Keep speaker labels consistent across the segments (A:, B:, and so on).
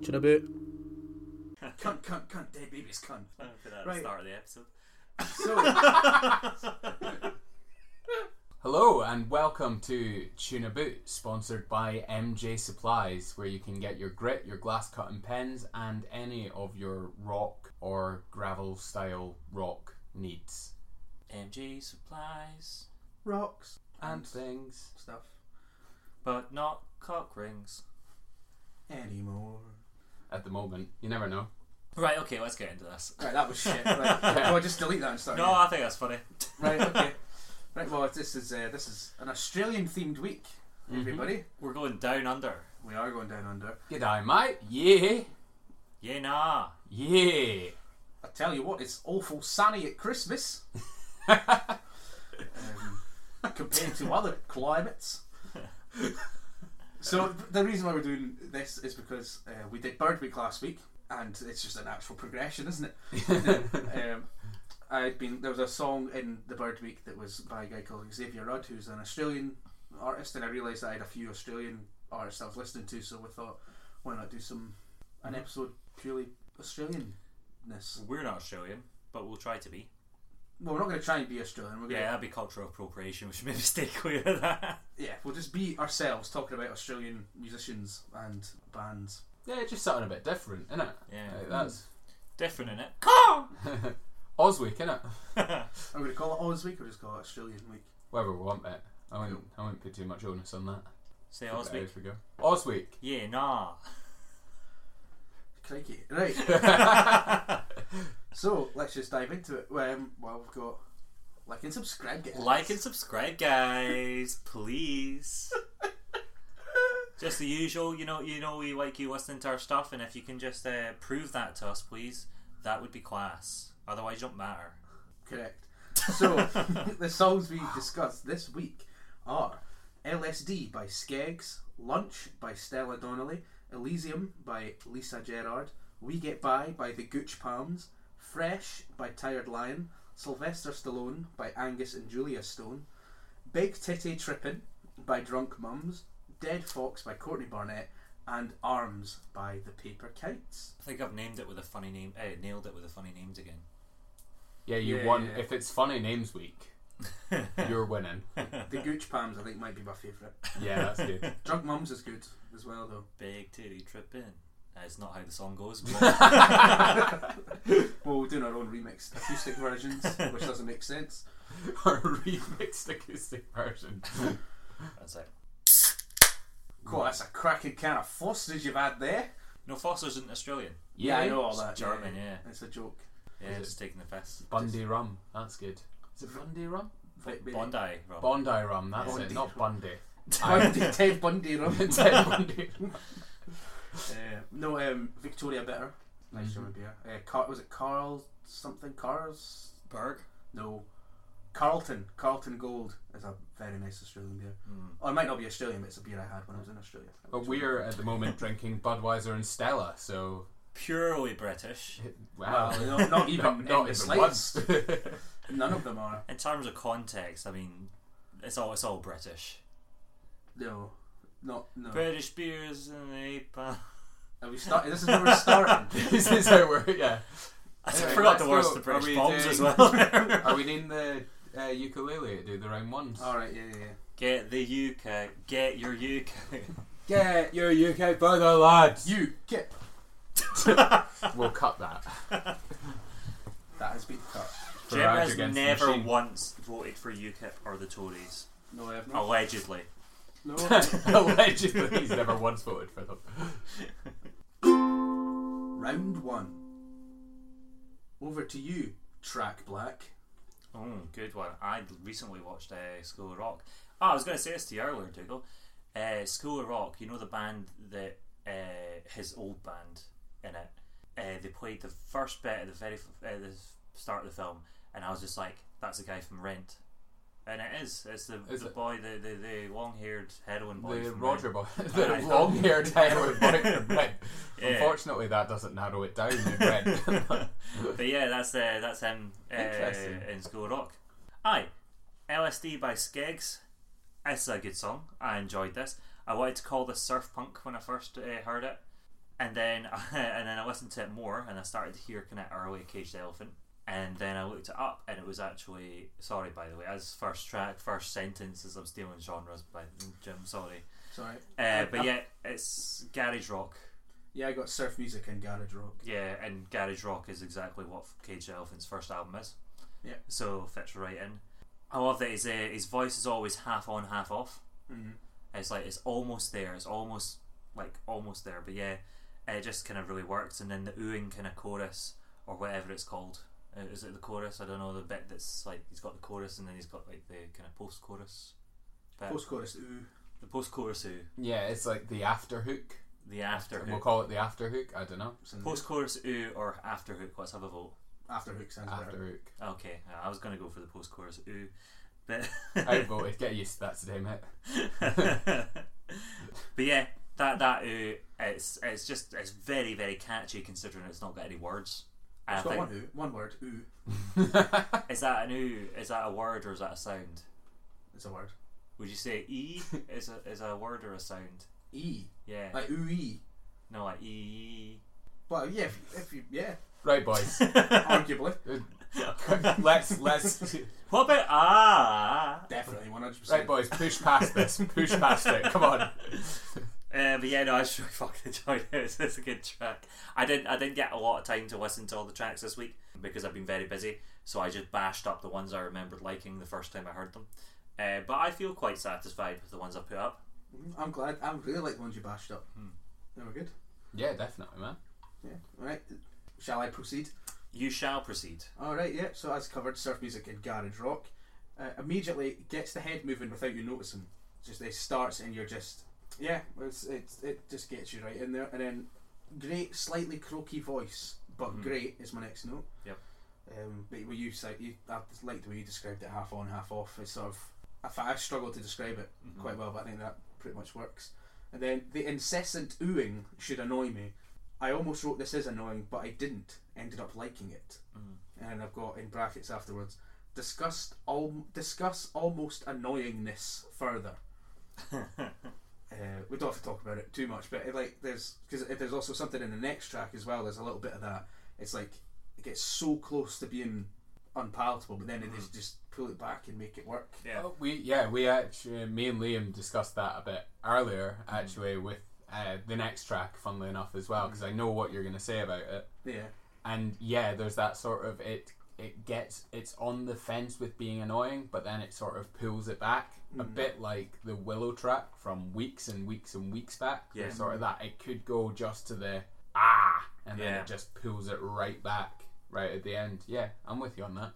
A: Chinaboot.
B: cunt, cunt, cunt, dead babies, cunt.
C: for that at
B: Right.
C: the start of the episode.
B: So,
D: Hello and welcome to Tuna Boot, sponsored by MJ Supplies, where you can get your grit, your glass cutting pens, and any of your rock or gravel style rock needs
C: MG supplies,
B: rocks
D: and things.
B: stuff
C: but not cock rings.
B: anymore.
D: At the moment, you never know.
C: Right, okay, let's get into this.
B: Right, that was shit. Right, well, just delete that and start.
C: No,
B: again.
C: I think that's funny.
B: Right, okay. Right, well, this is uh, this is an Australian themed week,
D: Mm-hmm.
B: everybody.
C: We're going down under.
B: We are going down under.
D: G'day, mate. Yeah,
C: Yeah, nah.
D: yeah.
B: I tell you what, it's awful sunny at Christmas um, compared to other climates. so the reason why we're doing this is because uh, we did Bird Week last week, and it's just a natural progression, isn't it? um, I'd been there was a song in the Bird Week that was by a guy called Xavier Rudd, who's an Australian artist, and I realised that I had a few Australian artists I was listening to, so we thought, why not do some an
C: Mm-hmm.
B: episode purely Australianness.
C: We're not Australian, but we'll try to be.
B: Well, we're not going to try and be Australian. We're going
C: Yeah,
B: to
C: that'd be cultural appropriation. We should maybe stay clear of that.
B: yeah, we'll just be ourselves talking about Australian musicians and bands.
D: Yeah, just something a bit different, innit?
C: Yeah.
D: Like, that's
C: Different, innit?
D: Oswick, innit?
B: Are we going to call it Oz Week or just call it Australian Week?
D: Whatever we want, mate. I wouldn't, I wouldn't put too much onus on that.
C: Say
D: Keep it
C: Osby.
D: as we go. Oswick.
C: Yeah, nah.
B: Crikey, right? so let's just dive into it. Um, well, we've got like and subscribe. Guys.
C: Like and subscribe, guys, please. just the usual, you know. You know we like you listening to our stuff, and if you can just uh, prove that to us, please, that would be class. Otherwise, you don't matter.
B: correct. So the songs we discussed this week are LSD by Skeggs, Lunch by Stella Donnelly, Elysium by Lisa Gerard, We Get By by the Gooch Palms, Fresh by Tired Lion, Sylvester Stallone by Angus and Julia Stone, Big Titty Trippin' by Drunk Mums, Dead Fox by Courtney Barnett, and Arms by the Paper Kites.
C: I think I've named it with a funny name. Uh, nailed it with a funny names again.
D: Yeah, you
B: Yeah,
D: won.
B: yeah.
D: If it's funny names week, you're winning.
B: The Gooch Palms, I think, might be my favourite.
D: Yeah, that's good.
B: Drunk Mums is good as well, though.
C: Big titty tripping. That's not how the song goes. But
B: Well, we're doing our own remixed acoustic versions, which doesn't make sense.
D: Our remixed acoustic version.
C: that's it.
B: Cool, that's a cracking can of Fosters you've had there.
C: No, Foster's isn't Australian.
D: Yeah,
B: I know all that.
C: German, yeah.
B: It's a joke.
C: Yeah, just taking the piss.
D: Bundy rum. That's good. Is it Bundy rum?
B: Bit- bit-
C: Bondi, Rob.
D: Bondi rum. That's
B: Bondi
D: it. Not Bundy.
B: Bundy, Ted Bundy rum.
D: Ted Bundy.
B: Uh, no, um, Victoria Bitter. Nice
D: Mm-hmm.
B: German beer. Uh, Car- was it Carl something? Carl's?
C: Berg.
B: No. Carlton. Carlton Gold is a very nice Australian beer.
D: Mm.
B: Oh, it might not be Australian, but it's a beer I had when I was in Australia.
D: But we're at the moment drinking Budweiser and Stella, so
C: Purely British.
D: wow.
B: Well, no- not even in
D: not, not
B: the
D: even
B: slightest.
D: once.
B: None of them are.
C: In terms of context, I mean, it's all it's all British.
B: No. Not,
D: Oh.
B: no.
C: British beers and uh, APA.
B: Are we starting? This is where we're starting.
D: this is how we're. Yeah.
C: I
D: Anyway,
C: forgot
D: let's
C: the words
D: go.
C: to
D: Are
C: British
D: we
C: bombs as
D: doing-
C: well.
D: Are we needing the uh, ukulele to do the round ones?
B: All right, yeah, yeah, yeah.
C: get the UK. Get your UK.
D: Get your UK brother, lads.
B: You get
D: we'll cut that.
B: That has been cut.
C: Jim has
D: against the
C: never
D: machine.
C: once voted for UKIP or the Tories,
B: No, I have
D: Oh.
C: Oh.
B: not.
C: allegedly.
B: No.
D: Allegedly, he's never once voted for them.
B: Round one. Over to you, Track Black.
C: Oh, good one. I recently watched uh, School of Rock. Oh, I was going to say this to you earlier, Dougal. Uh, School of Rock, you know the band that uh, his old band in it. Uh, they played the first bit at the very f- uh, the start of the film, and I was just like, "That's the guy from Rent," and it is. It's the,
D: Is
C: the
D: it?
C: boy, the the, the long haired heroin boy.
D: The
C: from
D: Roger
C: Rent.
D: boy,
C: I
D: the
C: know.
D: long haired heroin boy from Brent.
C: Yeah.
D: Unfortunately, that doesn't narrow it down in Brent.
C: but yeah, that's uh, that's him
D: Interesting.
C: uh, in School Rock. Aye, LSD by Skeggs. It's a good song. I enjoyed this. I wanted to call this surf punk when I first uh, heard it. And then and then I listened to it more, and I started to hear kind of early Caged Elephant. And then I looked it up, and it was actually sorry. By the way, as first track, first sentence, as I'm stealing genres. By Jim, sorry.
B: Sorry.
C: Uh, but yeah, it's garage rock.
B: Yeah, I got surf music and garage rock.
C: Yeah, and garage rock is exactly what Caged Elephant's first album is.
B: Yeah.
C: So fits right in. I love that his uh, his voice is always half on, half off.
B: Mhm.
C: It's like it's almost there. It's almost like almost there. But yeah, it just kind of really works. And then the oohing kind of chorus or whatever it's called. Uh, Is it the chorus? I don't know. The bit that's like he's got the chorus and then he's got like the kind of post chorus.
B: Post chorus, Uh, ooh.
C: The post chorus ooh.
D: Yeah, it's like the after hook.
C: The after
D: We'll
C: hook.
D: call it the after hook. I don't know.
B: It's in the-
C: Post chorus ooh or after hook. Let's have a vote.
B: after hook sounds
D: After
B: better.
D: hook.
C: Okay, I was gonna go for the post chorus ooh, but
D: Outvoted. Get used to that today, mate.
C: but yeah, that that uh, it's it's just it's very very catchy considering it's not got any words. And
B: It's
C: I
B: got
C: think
B: one ooh, one word, ooh.
C: is that a new is that a word or is that a sound?
B: It's a word.
C: Would you say e is a is a word or a sound?
B: E.
C: Yeah,
B: Like ooh e.
C: no like e.
B: But yeah, if, if you, yeah,
D: right, boys.
B: arguably.
D: let's let's
C: What about ah?
B: Definitely 100%.
D: right, boys. Push past this. Push past it. Come on.
C: Uh, but yeah, no, I just really fucking enjoyed it. It's, it's a good track. I didn't, I didn't get a lot of time to listen to all the tracks this week because I've been very busy. So I just bashed up the ones I remembered liking the first time I heard them. Uh, but I feel quite satisfied with the ones I put up.
B: I'm glad. I really like the ones you bashed up.
C: Hmm.
B: They were good.
D: Yeah, definitely, man.
B: Yeah. All right. Shall I proceed?
C: You shall proceed.
B: All right. Yeah. So as covered, surf music and garage rock. Uh, immediately gets the head moving without you noticing. Just it starts and you're just yeah. It's, it it just gets you right in there. And then great, slightly croaky voice, but great is my next note.
C: Yep.
B: Um, but what you said, you, I just like the way you described it, half on, half off. It's sort of I, fi- I struggled to describe it quite well, but I think that pretty much works. And then the incessant oohing should annoy me. I almost wrote this is annoying, but I didn't. Ended up liking it. And then I've got in brackets afterwards. Discussed al- discuss almost annoyingness further. uh, we don't have to talk about it too much, but it, like there's because there's also something in the next track as well. There's a little bit of that. It's like it gets so close to being unpalatable, but then they just just pull it back and make it work.
C: Yeah.
D: Oh, we yeah we actually me and Liam discussed that a bit earlier actually with uh, the next track, funnily enough as well because I know what you're gonna say about it.
B: Yeah,
D: and yeah, there's that sort of it. It gets it's on the fence with being annoying, but then it sort of pulls it back a
C: Mm-hmm.
D: bit, like the Willow track from weeks and weeks and weeks back.
C: Yeah.
D: there's sort of that. It could go just to the ah, and then
C: Yeah.
D: it just pulls it right back right at the end. Yeah, I'm with you on that.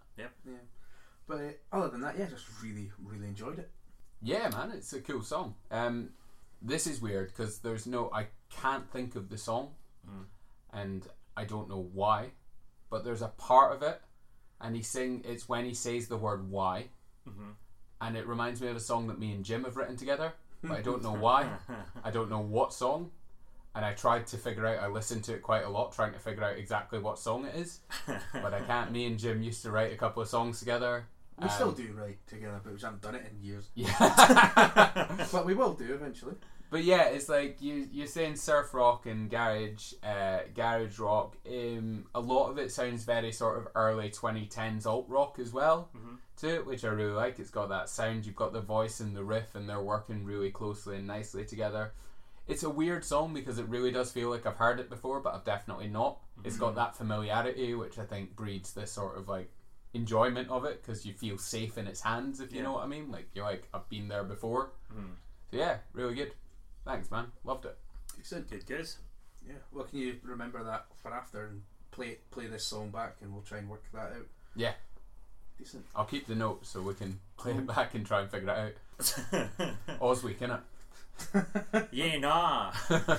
B: but uh, other than that, yeah, just really really enjoyed it.
D: Yeah, man, it's a cool song. Um, this is weird because there's no, I can't think of the song, and I don't know why, but there's a part of it, and he sing. It's when he says the word "why," and it reminds me of a song that me and Jim have written together, but I don't know why. I don't know what song, and I tried to figure out. I listened to it quite a lot, trying to figure out exactly what song it is, but I can't. Me and Jim used to write a couple of songs together.
B: We still do write together, but we just haven't done it in years.
D: Yeah.
B: but we will do eventually.
D: But yeah, it's like you you're saying surf rock and garage uh, garage rock. Um, a lot of it sounds very sort of early 2010s alt rock as well to it, which I really like. It's got that sound. You've got the voice and the riff, and they're working really closely and nicely together. It's a weird song because it really does feel like I've heard it before, but I've definitely not. It's got
C: Mm-hmm.
D: that familiarity, which I think breeds this sort of like enjoyment of it because you feel safe in its hands, if you
C: Yeah. Mm-hmm.
D: know what I mean. Like you're like I've been there before. So yeah, really good. Thanks, man. Loved it.
B: Decent.
C: Good, good.
B: Yeah. Well, can you remember that for after and play play this song back, and we'll try and work that out.
D: Yeah,
B: Decent.
D: I'll keep the notes so we can play it back and try and figure it out. Osweek, innit?
C: Yeah, nah.
B: yeah,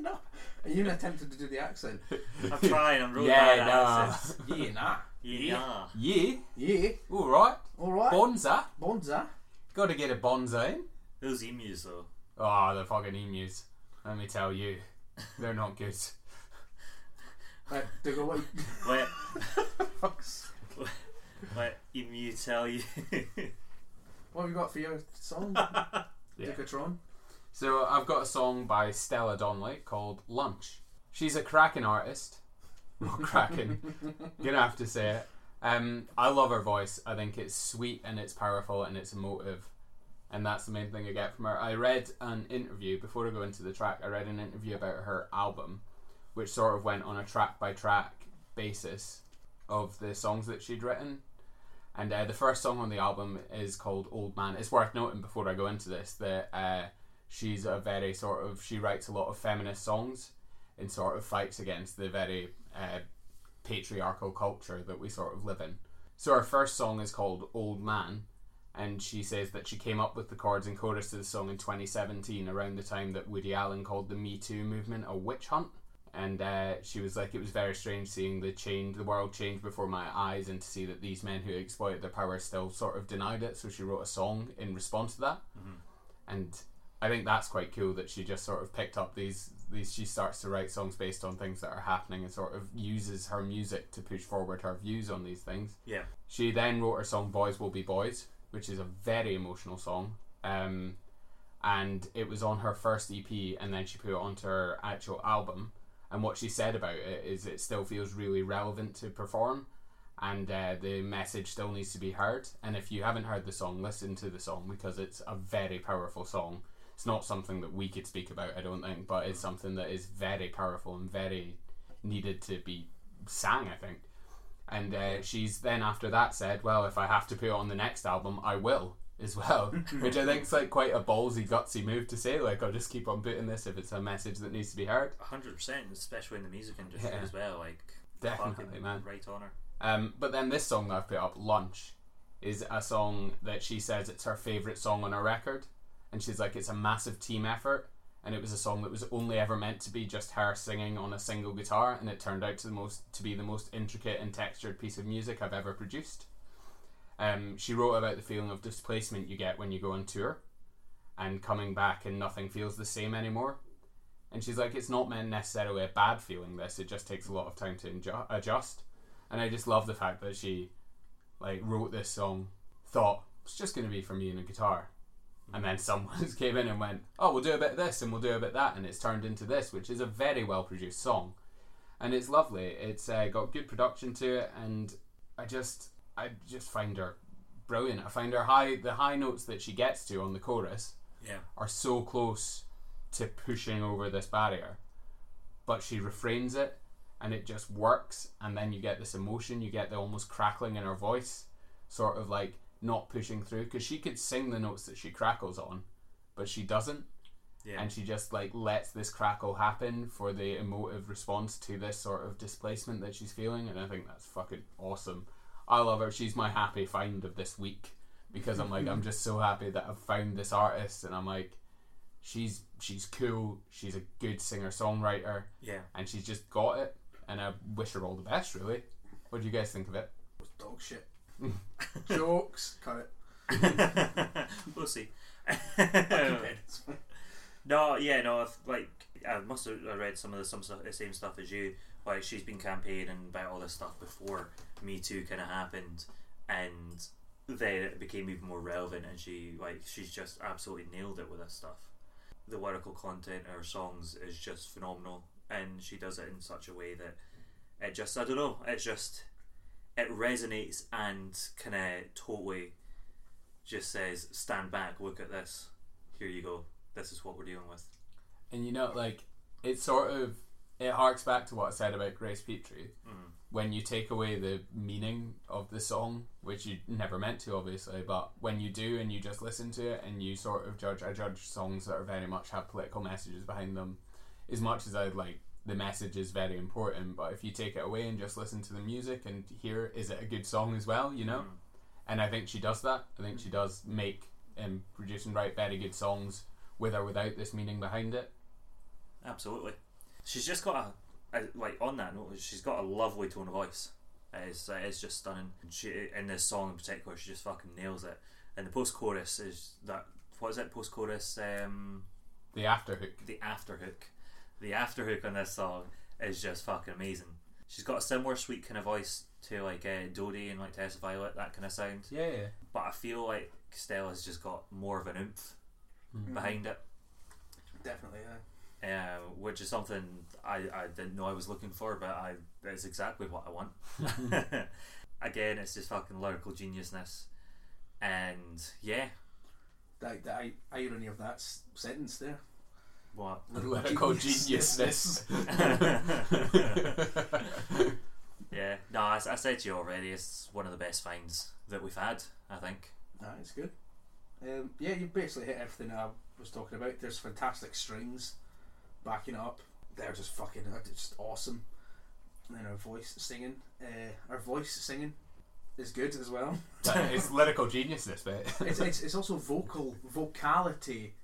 B: no. Are you even attempted to do the accent?
C: I'm trying. I'm really
D: Yeah,
C: bad at
D: nah.
C: accents.
B: yeah, nah.
C: Yeah, nah.
D: Yeah.
B: Yeah.
D: All right.
B: All right.
D: Bonza.
B: Bonza.
D: Got to get a bonza in.
C: Those emus though.
D: Oh, the fucking emus. Let me tell you, they're not good.
B: Right, Dougal, what?
C: Let
B: Fucks.
C: let emu tell you.
B: What have you got for your song? Dugatron?
D: So I've got a song by Stella Donnelly called Lunch. She's a cracking artist. Well, cracking. Gonna have to say it. Um, I love her voice. I think it's sweet and it's powerful and it's emotive. And that's the main thing I get from her. I read an interview, before I go into the track, I read an interview about her album, which sort of went on a track by track basis of the songs that she'd written. And uh, the first song on the album is called Old Man. It's worth noting before I go into this that uh, she's a very sort of, she writes a lot of feminist songs and sort of fights against the very uh, patriarchal culture that we sort of live in. So her first song is called Old Man. And she says that she came up with the chords and chorus to the song in 2017, around the time that Woody Allen called the Me Too movement a witch hunt and uh, she was like, it was very strange seeing the change, the world change before my eyes, and to see that these men who exploited their power still sort of denied it. So she wrote a song in response to that, and I think that's quite cool that she just sort of picked up these these. She starts to write songs based on things that are happening, and sort of uses her music to push forward her views on these things.
C: Yeah.
D: She then wrote her song "Boys Will Be Boys," which is a very emotional song. Um, and it was on her first EP, and then she put it onto her actual album. And what she said about it is, it still feels really relevant to perform, and uh, the message still needs to be heard. And if you haven't heard the song, listen to the song because it's a very powerful song. It's not something that we could speak about, I don't think, but it's something that is very powerful and very needed to be sang, I think. And uh, she's then after that said, "Well, if I have to put it on the next album, I will as well," which I think's like quite a ballsy, gutsy move to say. Like, I'll just keep on putting this if it's a message that needs to be heard.
C: hundred percent, especially in the music industry
D: Yeah.
C: as well. Like
D: Definitely,
C: fucking
D: man.
C: right on her.
D: Um, but then this song that I've put up, Lunch, is a song that she says it's her favourite song on her record. And she's like, it's a massive team effort. And it was a song that was only ever meant to be just her singing on a single guitar. And it turned out to, the most, to be the most intricate and textured piece of music I've ever produced. Um, she wrote about the feeling of displacement you get when you go on tour and coming back and nothing feels the same anymore. And she's like, it's not meant necessarily a bad feeling, this. It just takes a lot of time to inju- adjust. And I just love the fact that she, like, wrote this song, thought, it's just going to be for me and a guitar. And then someone just came in and went, oh, we'll do a bit of this and we'll do a bit of that. And it's turned into this, which is a very well produced song. And it's lovely. It's uh, got good production to it. And I just, I just find her brilliant. I find her high, the high notes that she gets to on the chorus
C: Yeah,
D: are so close to pushing over this barrier, but she refrains it and it just works. And then you get this emotion, you get the almost crackling in her voice, sort of like not pushing through because she could sing the notes that she crackles on, but she doesn't.
C: Yeah.
D: And she just like lets this crackle happen for the emotive response to this sort of displacement that she's feeling. And I think that's fucking awesome. I love her. She's my happy find of this week because I'm like, I'm just so happy that I've found this artist. And I'm like, she's she's cool. She's a good singer songwriter
C: yeah.
D: and she's just got it. And I wish her all the best, really. What do you guys think of it?
B: was dog shit. Jokes. Cut it.
C: we'll see.
B: It's fine.
C: no, yeah, no. I've, like I must have I read some of the some stuff, the same stuff as you. Like she's been campaigning about all this stuff before Me Too kind of happened, and then it became even more relevant. And she like she's just absolutely nailed it with this stuff. The lyrical content of her songs is just phenomenal, and she does it in such a way that it just I don't know. It just it resonates and kind of totally just says, "Stand back, look at this. Here you go. This is what we're dealing with."
D: And you know, like it sort of it harks back to what I said about Grace Petrie. When you take away the meaning of the song, which you never meant to, obviously, but when you do and you just listen to it and you sort of judge, I judge songs that are very much have political messages behind them, as much as I like the message is very important. But if you take it away and just listen to the music and hear, is it a good song as well? You know, and I think she does that. I think she does make and produce and write very good songs with or without this meaning behind it.
C: Absolutely. She's just got a, a like on that note. She's got a lovely tone of voice. It's it's just stunning. And she in this song in particular, she just fucking nails it. And the post chorus is that what is it? Post chorus. Um,
D: The afterhook.
C: the afterhook. The afterhook on this song is just fucking amazing. She's got a similar sweet kind of voice to like uh, Dodie and like Tessa Violet, that kind of sound.
D: Yeah, yeah.
C: But I feel like Stella's just got more of an oomph behind it.
B: Definitely, yeah.
C: uh, which is something I, I didn't know I was looking for, but I that's exactly what I want. Again, it's just fucking lyrical geniusness, and yeah,
B: The, the i- irony of that s- sentence there.
C: what?
D: Lyrical
B: Geniusness.
D: geniusness.
C: Yeah, no, I, s- I said to you already, it's one of the best finds that we've had. I think.
B: Nah, it's good. Um, yeah, you basically hit everything I was talking about. There's fantastic strings backing it up. They're just fucking uh, just awesome. And then our voice singing, uh, our voice singing is good as well.
D: That- it's lyrical geniusness, mate.
B: It's, it's, it's also vocal vocality,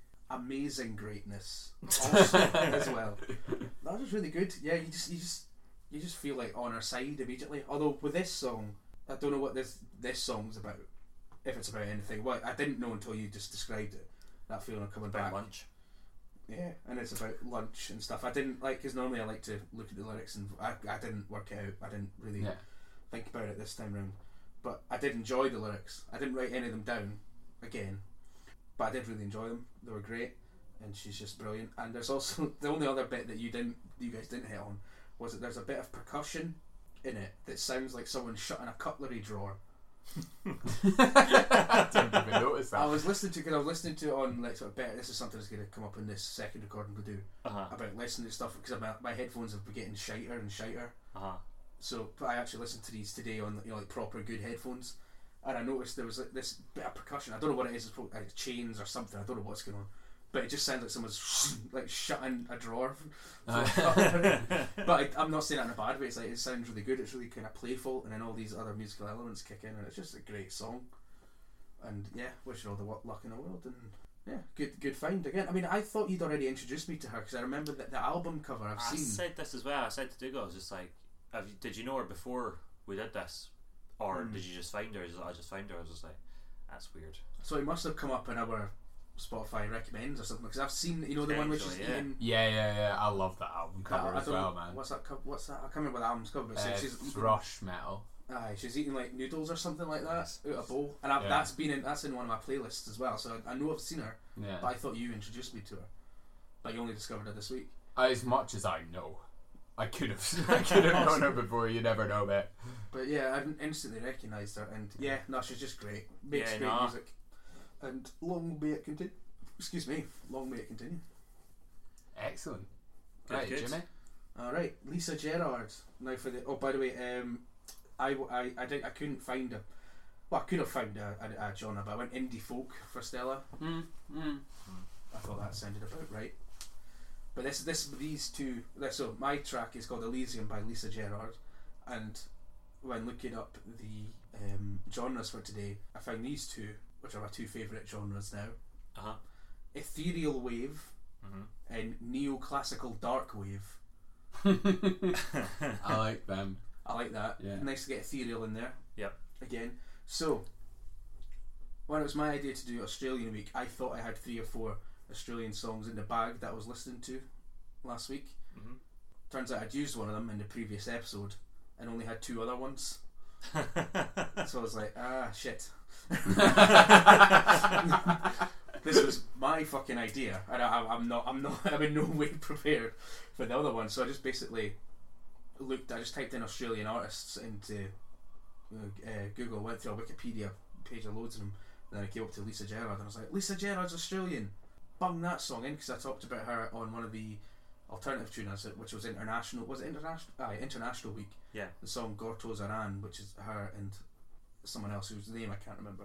B: amazing greatness also as well. That was really good. Yeah, you just you just you just feel like on our side immediately. Although with this song, I don't know what this this song's about. If it's about anything, well, I didn't know until you just described it. That feeling of coming
C: About
B: back.
C: lunch.
B: Yeah, and it's about lunch and stuff. I didn't like because normally I like to look at the lyrics and I, I didn't work it out. I didn't really
D: Yeah.
B: think about it this time round. But I did enjoy the lyrics. I didn't write any of them down again, but I did really enjoy them. They were great, and she's just brilliant. And there's also the only other bit that you didn't, you guys didn't hit on, was that there's a bit of percussion in it that sounds like someone shutting a cutlery drawer.
D: Didn't even notice
B: I
D: that.
B: was listening to because I was listening to it on like sort of better. This is something that's going to come up in this second recording we do
C: Uh huh.
B: about listening to stuff because my, my headphones have been getting shiter and shiter.
C: Uh huh.
B: So but I actually listened to these today on you know like proper good headphones, and I noticed there was like this bit of percussion. I don't know what it is. It's probably like chains or something. I don't know what's going on, but it just sounds like someone's like shutting a drawer.
C: Uh.
B: but I, I'm not saying that in a bad way. It's like it sounds really good. It's really kind of playful, and then all these other musical elements kick in, and it's just a great song. And yeah, wish her all the wo- luck in the world. And yeah, good good find again. I mean, I thought you'd already introduced me to her because I remember that the album cover I've
C: I
B: seen.
C: said this as well. I said to Dougal, I was just like, have you, did you know her before we did this? Or
B: Hmm.
C: did you just find her? He's like, I just found her. I was just like, that's weird.
B: So it must have come up in our Spotify recommends or something because I've seen you know the one which is
C: Potentially, yeah.
B: eating.
D: Yeah, yeah, yeah. I love that album cover
B: I- I
D: as
B: don't
D: well,
B: know-
D: man.
B: What's that? co- What's that? I can't remember what the album's called, but it's
D: Uh,
B: like she's eating,
D: thrush metal.
B: aye, she's eating like noodles or something like that
C: Nice.
B: out of a bowl, and I've,
D: Yeah.
B: that's been in that's in one of my playlists as well. So I, I know I've seen her, but
D: Yeah.
B: I thought you introduced me to her, but you only discovered her this week.
D: Uh, As much as I know, I could have, I could have known her before. You never know, mate.
B: But yeah, I instantly recognised her, and yeah, no, she's just great. Makes
C: Yeah,
B: great
C: nah.
B: music, and long may it continue. Excuse me, long may it continue.
D: Excellent.
C: Good,
D: right,
C: good.
D: Jimmy.
B: All right, Lisa Gerard. Now for the oh, by the way, um, I w- I I, did, I couldn't find a well, I could have found a, a, a genre, but I went indie folk for Stella.
D: Mm, mm.
B: hmm. I thought that sounded about right. But this this these two. So my track is called Elysium by Lisa Gerard, and when looking up the um, genres for today, I found these two, which are my two favourite genres now:
C: Uh huh.
B: ethereal wave
C: Mm-hmm.
B: and neoclassical dark wave.
C: Mm-hmm.
D: I like them.
B: I like that.
D: Yeah.
B: Nice to get ethereal in there.
C: Yep.
B: Again. So, when it was my idea to do Australian Week, I thought I had three or four Australian songs in the bag that I was listening to last week. Turns out I'd used one of them in the previous episode and only had two other ones.
C: Mm-hmm.
B: So I was like, ah, shit. this was my fucking idea, and I, I'm not, I'm not, I'm in no way prepared for the other one. So I just basically looked. I just typed in Australian artists into uh, uh, Google, went through a Wikipedia page of loads of them, and then I came up to Lisa Gerard, and I was like, Lisa Gerard's Australian. Bung that song in because I talked about her on one of the alternative tuners, which was international. Was it international? Aye, international week.
C: Yeah.
B: The song Gortos Aran, which is her and someone else whose name I can't remember.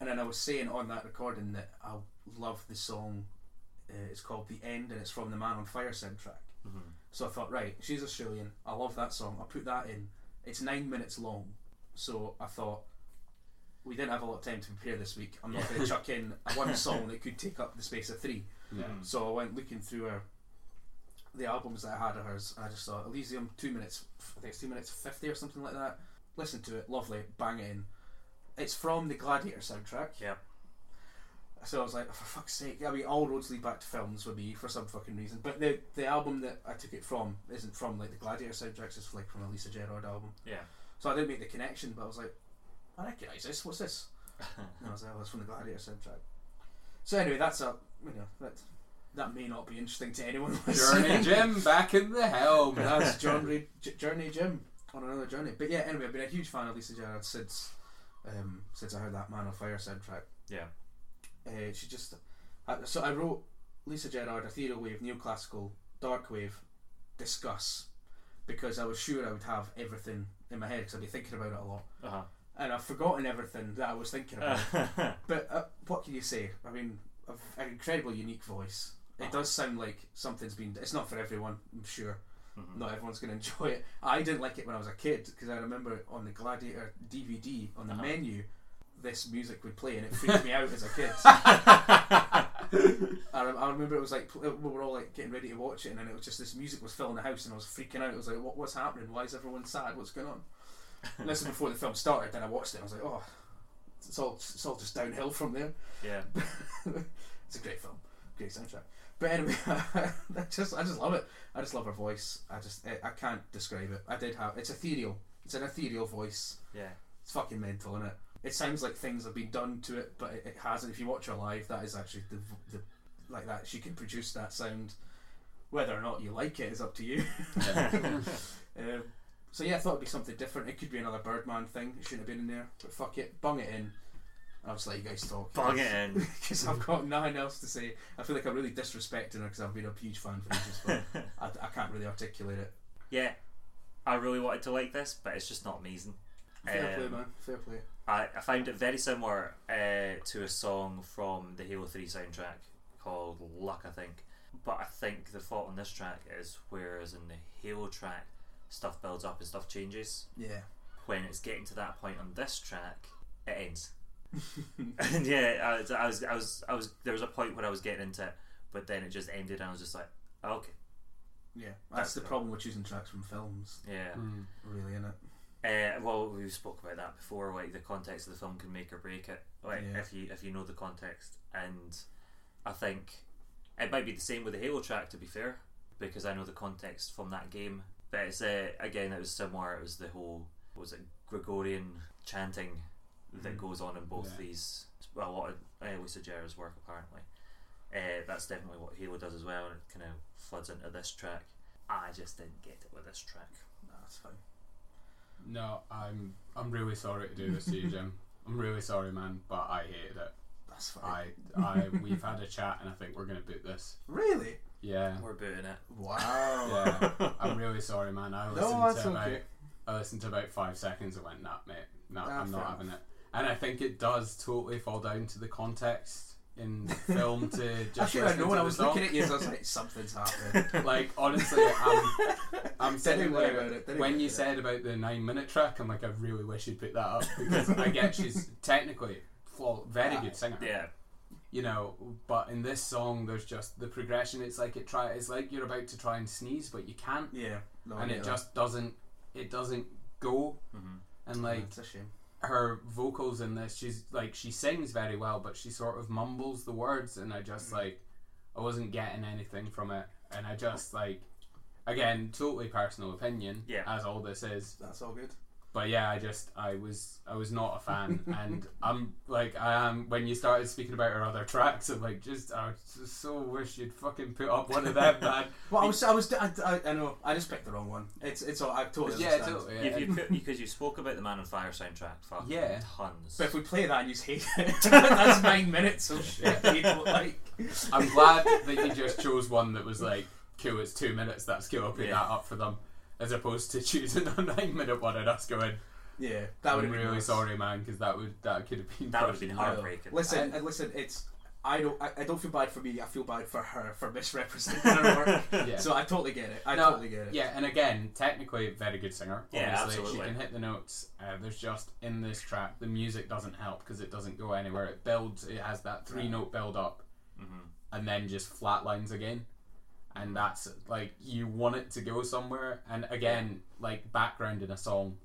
B: And then I was saying on that recording that I love the song. Uh, it's called The End, and it's from the Man on Fire soundtrack. So I thought, right, she's Australian. I love that song. I'll put that in. It's nine minutes long. So I thought, we didn't have a lot of time to prepare this week. I'm not going to chuck in one song that could take up the space of three.
D: Yeah.
B: So I went looking through her, the albums that I had of hers, and I just saw Elysium, two minutes, I think it's two minutes fifty or something like that. Listen to it, lovely, bang it in. It's from the Gladiator soundtrack.
C: Yep.
B: So I was like, "Oh, for fuck's sake! I mean, all roads lead back to films for me for some fucking reason. But the the album that I took it from isn't from like the Gladiator soundtracks. It's like from a Lisa Gerard album.
C: Yeah.
B: So I didn't make the connection, but I was like, I recognise this. What's this? And I was like, oh, it's from the Gladiator soundtrack. So anyway, that's a you know that That may not be interesting to anyone.
D: Journey
B: listening.
D: Jim back in the helm.
B: That's Journey, J- Journey Jim on another journey. But yeah, anyway, I've been a huge fan of Lisa Gerrard since um, since I heard that Man on Fire soundtrack.
C: Yeah.
B: Uh, she just I, so I wrote Lisa Gerrard, ethereal wave, neoclassical, dark wave, discuss because I was sure I would have everything in my head because I'd be thinking about it a lot,
C: Uh-huh.
B: and I've forgotten everything that I was thinking about. But uh, what can you say? I mean, a, an incredible, unique voice. It does sound like something's been. It's not for everyone, I'm sure.
C: Mhm.
B: Not everyone's going to enjoy it. I didn't like it when I was a kid because I remember on the Gladiator DVD on the
C: Uh-huh.
B: menu, this music would play and it freaked me out as a kid. I, rem- I remember it was like pl- we were all like getting ready to watch it and then it was just this music was filling the house and I was freaking out. I was like, what, what's happening? Why is everyone sad? What's going on? And this is before the film started. Then I watched it. and I was like, oh, it's all it's all just downhill from there.
C: yeah.
B: it's a great film, great soundtrack. But anyway, I just I just love it. I just love her voice. I just I, I can't describe it. I did have it's ethereal. It's an ethereal voice.
C: Yeah.
B: It's fucking mental, is it? It sounds like things have been done to it, but it, it hasn't. If you watch her live, that is actually the, the like that she can produce that sound. Whether or not you like it is up to you. Um, so yeah, I thought it'd be something different. It could be another Birdman thing. It shouldn't have been in there, but fuck it, bung it in. I'll just let you guys talk.
C: Bung it in.
B: because I've got nothing else to say. I feel like I'm really disrespecting her because I've been a huge fan for ages, but I, I can't really articulate it.
C: Yeah. I really wanted to like this, but it's just not amazing.
B: Fair play,
C: Um,
B: man. Fair play.
C: I, I found it very similar uh, to a song from the Halo 3 soundtrack called Luck, I think. But I think the fault on this track is whereas in the Halo track, stuff builds up and stuff changes.
B: Yeah.
C: When it's getting to that point on this track, it ends. and yeah, I was, I was, I was, I was, there was a point where I was getting into it, but then it just ended, and I was just like, okay,
B: Yeah. That's the problem with choosing tracks from films,
C: yeah.
D: Hmm.
B: really, innit?
C: Uh, well, we spoke about that before. Like the context of the film can make or break it. Like
B: Yeah.
C: if you if you know the context, and I think it might be the same with the Halo track. To be fair, because I know the context from that game. But it's uh, again, it was similar. It was the whole was it Gregorian chanting that goes on in both
D: Mm. Yeah.
C: these. Well, a lot of uh, Lisa Gerrard's work apparently. Uh, that's definitely what Halo does as well, and it kind of floods into this track. I just didn't get it with this track.
B: Nah, that's fine.
D: No, I'm I'm really sorry to do this to you, Jim. I'm really sorry, man, but I hated it.
B: That's fine.
D: I, I, we've had a chat, and I think we're gonna boot this.
B: Really?
D: Yeah,
C: We're booting it.
B: Wow.
D: yeah. I'm really sorry, man. I listened
B: No, that's
D: to about,
B: okay.
D: I listened to about five seconds and went, nah, mate, no,
B: Ah,
D: I'm
B: fair
D: not having it. And I think it does totally fall down to the context in film to just.
B: I should have
D: listening
B: known.
D: to
B: I
D: the
B: was
D: song.
B: looking at you and I was like, something's happening.
D: Like honestly, I'm, I'm sitting
B: worry
D: there
B: about it, don't
D: when
B: worry
D: you
B: about it.
D: said about the nine minute track. I'm like, I really wish you'd put that up because I get she's technically flaw, very good singer,
C: Yeah.
D: you know. But in this song, there's just the progression. It's like it try. It's like you're about to try and sneeze, but you can't,
B: Yeah. Mm-hmm. No, I
D: and
B: get
D: it
B: that.
D: just doesn't. It doesn't go. And like
B: It's a shame.
D: her vocals in this, she's like she sings very well, but she sort of mumbles the words, and I
C: Mm.
D: just like I wasn't getting anything from it, and I just like again totally personal opinion,
C: Yeah.
D: as all this is,
B: That's all good.
D: but yeah, I just I was I was not a fan, and I'm like I am when you started speaking about her other tracks, I'm like just I just so wish you'd fucking put up one of them, man.
B: Well, I was, I was, I, I, I know, I just picked the wrong one. It's, it's all, I totally
D: yeah,
B: understand.
D: totally.
C: If
D: and-
C: you could, because you spoke about the Man on Fire soundtrack, fucking
D: Yeah.
C: tons.
B: But if we play that and you just hate it, that's nine minutes of shit that you don't like.
D: I'm glad that you just chose one that was like, cool, it's two minutes, that's cool, I'll put
C: Yeah.
D: that up for them, as opposed to choosing a nine minute one and us going,
B: Yeah, that would
D: I'm
B: have been
D: really
B: worse.
D: sorry, man, because that, would, that could have been
C: that would have
D: fucking
C: been
D: hell."
C: heartbreaking.
B: Listen, and listen, it's I don't I, I don't feel bad for me. I feel bad for her for misrepresenting her work.
D: Yeah.
B: So I totally get it. I
D: No,
B: totally get it.
D: Yeah, and again, technically, a very good singer.
C: Yeah,
D: obviously.
C: absolutely.
D: She can hit the notes. Uh, there's just, in this track, the music doesn't help because it doesn't go anywhere. It builds, it has that three note build up
C: Mm-hmm.
D: and then just flatlines again. And that's like, you want it to go somewhere. And again, like background in a song,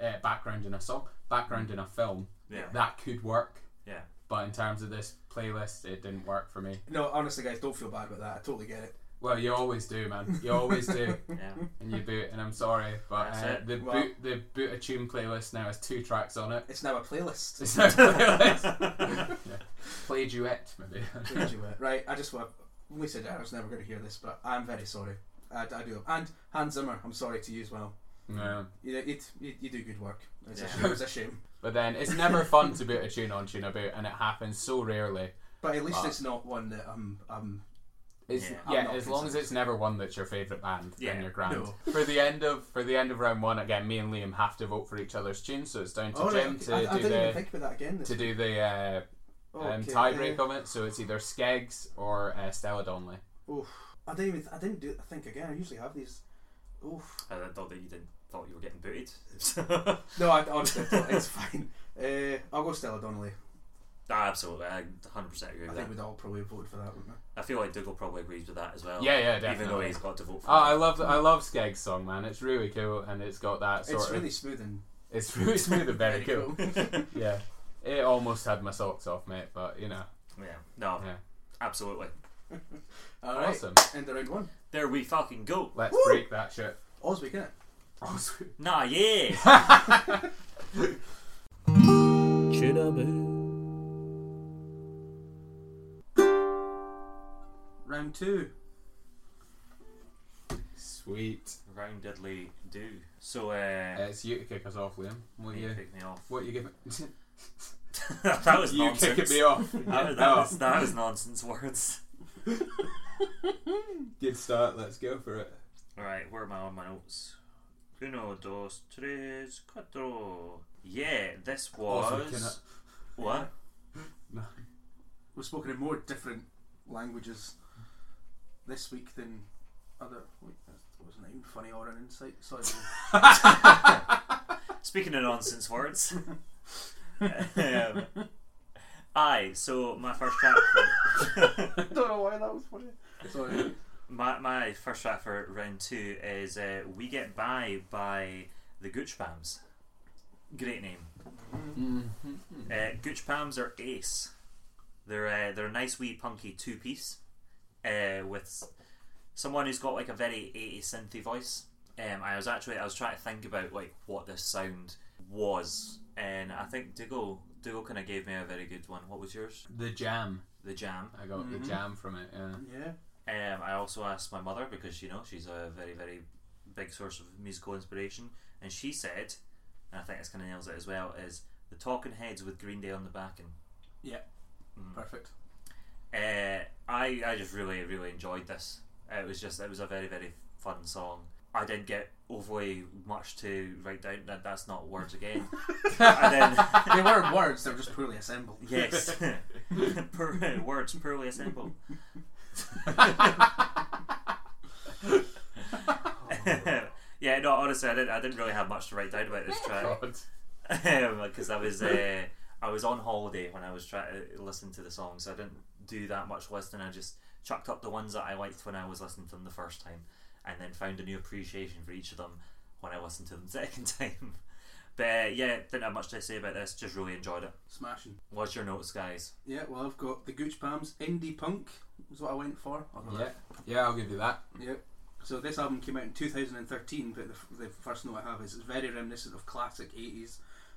D: uh, background in a song, background in a film,
C: Yeah.
D: that could work.
C: yeah,
D: But in terms of this playlist, it didn't work for me.
B: No, honestly, guys, don't feel bad about that. I totally get it.
D: Well, you always do, man. You always do.
C: yeah.
D: and you boot, and I'm sorry, but
C: That's
D: uh,
C: it.
D: the
B: Well-
D: boot the boot a tune playlist now has two tracks on it.
B: It's now a playlist.
D: It's now a playlist. yeah. Play duet, maybe.
B: Did you, uh, right, I just want Lisa Gerrard's never going to hear this, but I'm very sorry. I, I do. And Hans Zimmer, I'm sorry to you as well.
D: No.
B: You, it, you, you do good work. It's, a
C: Yeah.
B: shame. it's a shame.
D: But then it's never fun to boot a tune on tune about, and it happens so rarely.
B: But at least
D: Ah.
B: it's not one that I'm. Um,
D: It's,
C: Yeah.
D: yeah,
B: I'm not
D: as long as
B: concerned.
D: it's never one that's your favourite band,
C: Yeah.
D: then you're grand.
B: No.
D: For the end of for the end of round one, again, me and Liam have to vote for each other's tunes, so it's down to
B: oh, right,
D: Jim
B: okay.
D: to,
B: I, I
D: do
B: didn't even
D: the,
B: think about that again. This
D: to do the uh, um,
B: Okay,
D: tiebreak
B: uh,
D: of it. So it's either Skeggs or uh, Stella Donnelly.
B: oof. I didn't even. I didn't do. I think again. I usually have these. Oof.
C: I thought that you didn't thought you were getting booted. So-
B: No, I, honestly, I don't- it's fine. Uh, I'll go Stella Donnelly.
C: Ah, Absolutely, I 100% agree
B: I
C: with
B: think
C: that.
B: we'd all probably vote for that, wouldn't we?
C: I feel like Dougal probably agrees with that as
B: Oh,
C: well.
D: Yeah, yeah,
C: Even though
D: definitely.
C: he's got to vote for
D: Oh, I
C: it.
D: love I love Skeggs song, man. It's really cool, and it's got that sort
B: It's
D: of
B: really smooth and
D: it's really smooth and very, cool.
B: cool.
D: Yeah, it almost had my socks off, mate. But you know,
C: Yeah, no,
D: Yeah.
C: absolutely.
B: all right.
D: awesome.
B: End of round one.
C: There we fucking go.
D: Let's
B: Woo!
D: break that shit. Oh,
B: Oz, we get it.
C: Nah, yeah.
B: Round two.
D: Sweet.
C: Roundedly do. So, uh,
D: It's you to kick us off, Liam. Will
C: you
D: you?
C: pick me off.
D: What you give?
C: that was
D: you
C: nonsense.
D: kicking me off.
C: That, was- that
D: Oh,
C: was, that was nonsense words.
D: good start. Let's go for it.
C: Alright, where am I on my notes? Uno, dos, tres, cuatro. Yeah, this was.
D: Also, can I-
C: What?
B: We've spoken in more different languages this week than other. Wait, that wasn't even funny or an insight. Sorry.
C: Speaking of nonsense words. um, aye, so my first track. For,
B: I don't know why that was funny. Sorry.
C: my, my first track for round two is uh, We Get By by the Gooch Pams. Great name.
D: Mm-hmm.
C: Uh, Gooch Pams are ace. They're uh, they're a nice wee punky two piece uh, with s- someone who's got like a very 80s synthy voice. Um, I was actually I was trying to think about like what this sound was, and I think Dougal Dougal kind of gave me a very good one. What was yours?
D: The jam.
C: The Jam.
D: I got
C: Mm-hmm.
D: the jam from it. Yeah.
B: Yeah.
C: Um, I also asked my mother because you know she's a very very big source of musical inspiration, and she said, and I think this kind of nails it as well, is the Talking Heads with Green Day on the backing.
B: Yeah. Perfect.
C: uh, I I just really really enjoyed this. It was just it was a very very fun song. I didn't get overly much to write down. That that's not words again. and then
B: They were words. They were just poorly assembled.
C: yes, Poor- words poorly assembled. yeah, no, honestly, I didn't. I didn't really have much to write down about this track
D: God.
C: because I was uh, I was on holiday when I was trying to listen to the songs. I didn't do that much listening. I just chucked up the ones that I liked when I was listening to them the first time, and then found a new appreciation for each of them when I listened to them the second time. But uh, yeah, didn't have much to say about this. Just really enjoyed it.
B: Smashing.
C: What's your notes, guys?
B: Yeah. Well, I've got the Gooch Pams indie punk. Is what I went for. I'll go
D: Yeah. Yeah. I'll give you that.
B: Yep. So this album came out in 2013, but the, f- the first note I have is it's very reminiscent of classic 80s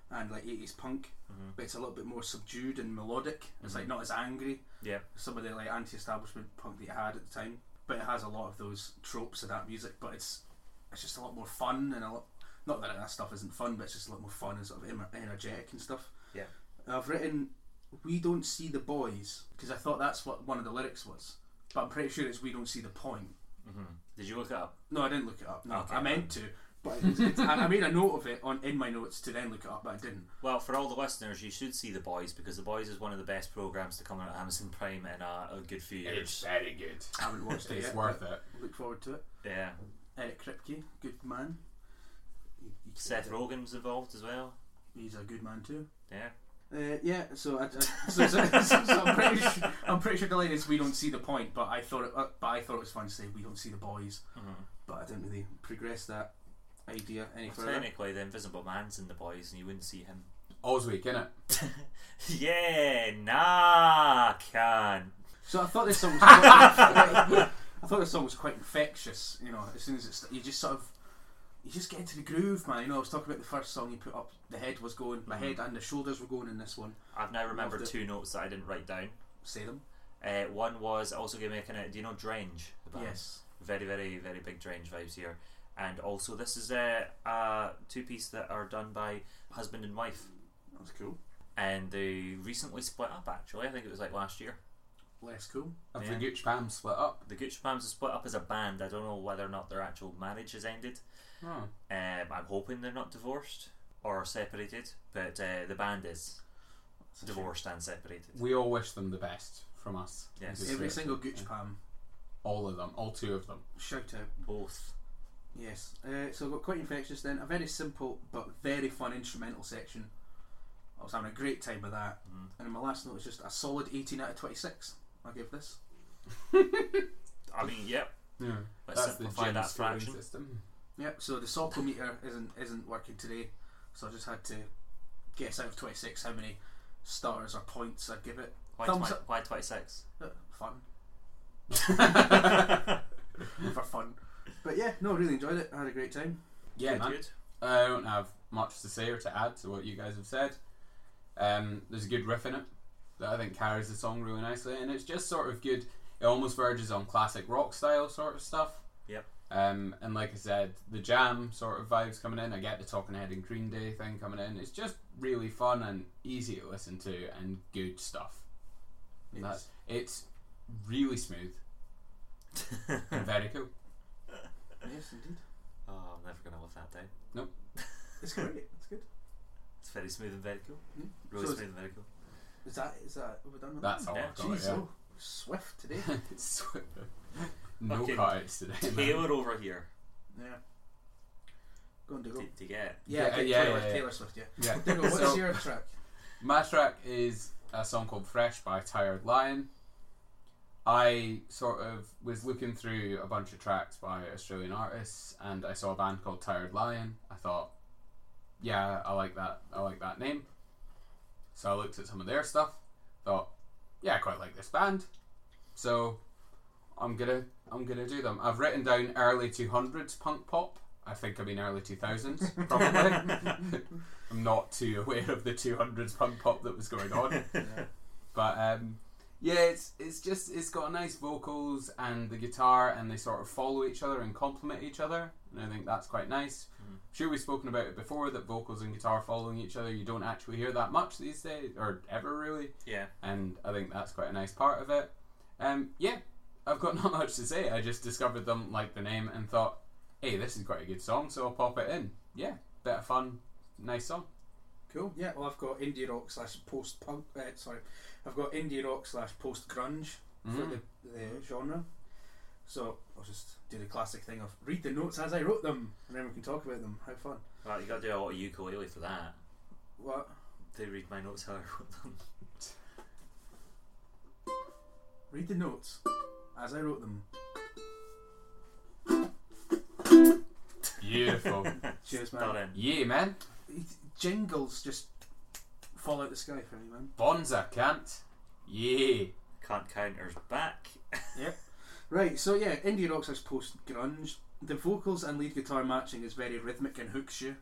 B: and like 80s punk, but it's a little bit more subdued and melodic. It's like not as angry
C: Yeah,
B: as some of the like anti-establishment punk that you had at the time, but it has a lot of those tropes of that music. But it's it's just a lot more fun and a lot. Not that that stuff isn't fun, but it's just a lot more fun and sort of emer- energetic and stuff.
C: yeah,
B: I've written "We don't see the boys" because I thought that's what one of the lyrics was, but I'm pretty sure it's "We don't see the point."
C: hmm Did you look it up?
B: No, I didn't look it up. No,
C: Okay.
B: I meant to, but it's, it's, I, I made a note of it on in my notes to then look it up, but I didn't.
C: Well, for all the listeners, you should see The Boys because The Boys is one of the best programs to come out of Amazon Prime in a, a good few years.
D: very good.
B: I haven't watched it
D: It's
B: yet.
D: worth
B: but
D: it.
B: Look forward to it.
C: Yeah,
B: Eric Kripke, good man. He- he-
C: Seth Rogen's involved as well.
B: He's a good man too.
C: Yeah.
B: Uh, yeah, so, I, I- so, so, so, so I'm pretty sure, I'm pretty sure the line is we don't see the point, but I thought it, uh, but I thought it was fun to say we don't see the boys,
C: Mhm.
B: but I didn't really progress that idea any
C: Well,
B: further.
C: technically, the Invisible Man's in the boys, and you wouldn't see him.
D: All's week, innit?
C: yeah, nah, can.
B: So I thought this song was quite, I thought this song was quite infectious. You know, as soon as it's you just sort of you just get into the groove, man. You know, I was talking about the first song you put up. The head was going, my head and the shoulders were going in this one.
C: I've now remembered
B: Loved it.
C: two notes that I didn't write down.
B: Say them.
C: Uh, one was also gave me a kind of do you know Drenge? The band?
B: Yes.
C: Very very very big Drenge vibes here. And also this is a, a two piece that are done by husband and wife,
B: That's cool.
C: and they recently split up. Actually, I think it was like last year.
B: Less cool.
D: Have
C: Yeah.
D: the Gooch Bam split up?
C: The Gucci Pams are split up as a band. I don't know whether or not their actual marriage has ended.
D: Oh.
C: Um, I'm hoping they're not divorced or separated, but uh, the band is
B: That's a shame.
C: divorced and separated.
D: We all wish them the best from us.
C: Yes.
D: Just
B: Every
D: say it.
B: single Gooch Pam.
D: All of them, all two of them.
B: Shout out.
C: Both.
B: Yes. Uh, so we've got quite infectious then. A very simple but very fun instrumental section. I was having a great time with that.
C: Mhm.
B: And my last note is just a solid 18 out of 26. I give this.
C: I mean, yep.
D: Yeah.
C: Let's simplify that fraction.
D: system.
B: Yep. So the solpometer isn't isn't working today. So I just had to guess out of 26 how many stars or points I'd give it.
C: Why,
B: Thumbs
C: twi-
B: up.
C: why 26?
B: Uh, fun. For fun. But yeah, no, really enjoyed it. I had a great time.
D: Yeah,
C: Good,
D: man.
C: good.
D: I don't have much to say or to add to what you guys have said. Um, there's a good riff in it that I think carries the song really nicely, and it's just sort of good. It almost verges on classic rock style sort of stuff.
C: Yep.
D: Um, and like I said, the jam sort of vibes coming in. I get the Talking Head and Green Day thing coming in. It's just really fun and easy to listen to and good stuff. And that's it's really smooth and very cool.
B: Yes, indeed.
C: Oh, I'm never going to live that down.
B: It's great. It's good.
C: It's very smooth and very cool.
B: Mm.
C: Really
B: So is-
C: smooth and very cool.
B: Is that is that we're done with
D: That's all
C: Yeah,
D: I've got.
B: Jeez,
D: yeah.
B: oh, swift today.
D: It's sort of- no
C: Fucking
D: cutouts today. man.
C: Taylor over here.
B: yeah. Go and do go.
C: Did you get?
B: Yeah,
D: Yeah,
B: okay,
D: yeah,
B: Taylor,
D: yeah, yeah.
B: Taylor Swift, yeah.
D: Yeah.
B: Diggle, what is
D: So-
B: your track?
D: My track is a song called Fresh by Tired Lion. I sort of was looking through a bunch of tracks by Australian artists and I saw a band called Tired Lion. I thought, yeah, I like that. I like that name. So I looked at some of their stuff. Thought, yeah, I quite like this band. So I'm gonna I'm gonna do them. I've written down early 200s punk pop. I think I mean early 2000s probably. I'm not too aware of the 200s punk pop that was going on. But um, yeah, it's it's just it's got nice vocals and the guitar, and they sort of follow each other and complement each other, and I think that's quite nice.
C: Mhm.
D: Sure, we've spoken about it before that vocals and guitar following each other you don't actually hear that much these days or ever really,
C: Yeah.
D: and I think that's quite a nice part of it. Um, yeah, I've got not much to say. I just discovered them, liked the name, and thought, hey, this is quite a good song, so I'll pop it in. Yeah, bit of fun, nice song.
B: Cool. Yeah, well, Oh, I've got indie rock slash post punk. Uh, sorry, I've got indie rock slash post grunge for
D: Mm.
B: the, the genre. So I'll just do the classic thing of read the notes as I wrote them, and then we can talk about them. How fun!
C: Well, you got to do a lot of ukulele for that.
B: What?
C: They read my notes how I wrote them.
B: Read the notes as I wrote them.
D: Beautiful.
B: Cheers, man.
C: Done in.
D: yeah, man.
B: Jingles just fall out the sky for me, man.
D: Bonza can't. Yeah.
C: Can't counters back.
B: Right, so yeah, indie rock slash post grunge. The vocals and lead guitar matching is very rhythmic and hooks you.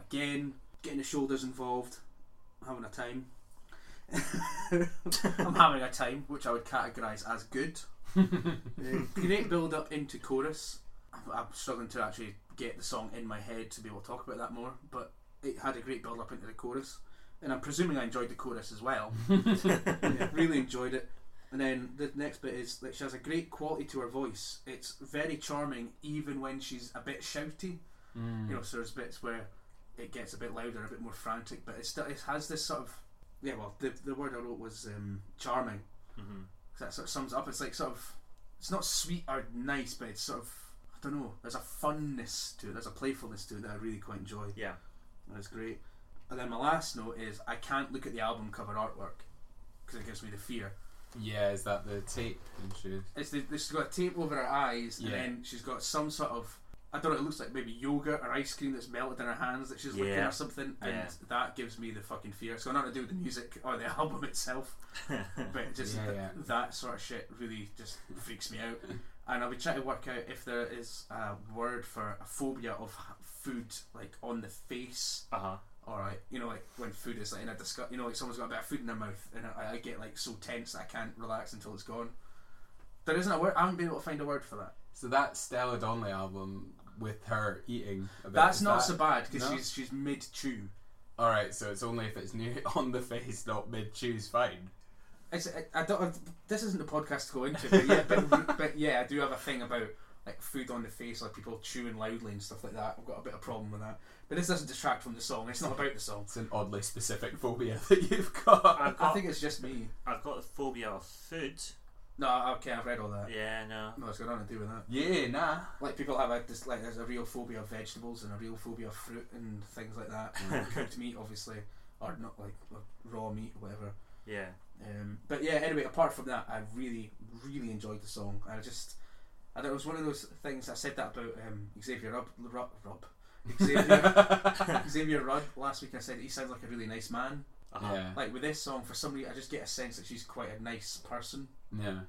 B: Again, getting the shoulders involved, having a time. I'm having a time, which I would categorise as good. Uh, great build up into chorus. I'm, I'm struggling to actually get the song in my head to be able to talk about that more, but it had a great build up into the chorus. And I'm presuming I enjoyed the chorus as well. Yeah, really enjoyed it. And then the next bit is that she has a great quality to her voice. It's very charming, even when she's a bit shouty. You know, so there's bits where it gets a bit louder, a bit more frantic, but it still it has this sort of yeah. Well, the the word I wrote was um, charming.
C: hmm
B: 'Cause That sort of sums it up. It's like sort of it's not sweet or nice, but it's sort of I don't know. There's a funness to it. There's a playfulness to it that I really quite enjoy.
C: Yeah.
B: That's great. And then my last note is I can't look at the album cover artwork because it gives me the fear.
D: Yeah, is that the tape? And she,
B: It's the, she's got tape over her eyes,
D: Yeah.
B: and then she's got some sort of I don't know. It looks like maybe yogurt or ice cream that's melted in her hands that she's licking
C: Yeah.
B: or something, and
C: Yeah.
B: that gives me the fucking fear. It's got nothing to do with the music or the album itself, but just
D: Yeah,
B: th-
D: yeah.
B: that sort of shit really just freaks me out. And I'll be trying to work out if there is a word for a phobia of h- food, like on the face
C: Uh huh.
B: all right, you know, like when food is like in a disgust, you know, like someone's got a bit of food in their mouth, and I, I get like so tense that I can't relax until it's gone. There isn't a word. I haven't been able to find a word for that.
D: So that Stella Donnelly album with her eating. A bit,
B: That's
D: is
B: not
D: that-
B: so bad because
D: no?
B: she's she's mid chew.
D: All right, so it's only if it's new on the face, not mid chews. Fine.
B: It's, I, I don't. I, this isn't the podcast to go into, but yeah, but, but yeah, I do have a thing about like food on the face, like people chewing loudly and stuff like that. I've got a bit of problem with that. But this doesn't detract from the song. It's not about the song.
D: It's an oddly specific phobia that you've got.
C: I've
B: I
C: got,
B: think it's just me.
C: I've got the phobia of food.
B: No, okay, I've read all that.
C: Yeah, no.
B: No, it's got nothing to do with that.
D: Yeah, nah.
B: Like people have a this, like there's a real phobia of vegetables and a real phobia of fruit and things like that. Cooked meat, obviously, or not like or raw meat, whatever.
C: Yeah.
B: Um, but yeah, anyway, apart from that, I really, really enjoyed the song. I just, I think it was one of those things I said that about um, Xavier Rub, Rub, Rub Xavier, Xavier Rudd last week. I said he sounds like a really nice man.
C: Uh-huh.
D: yeah,
B: Like with this song, for some reason, I just get a sense that she's quite a nice person.
D: yeah.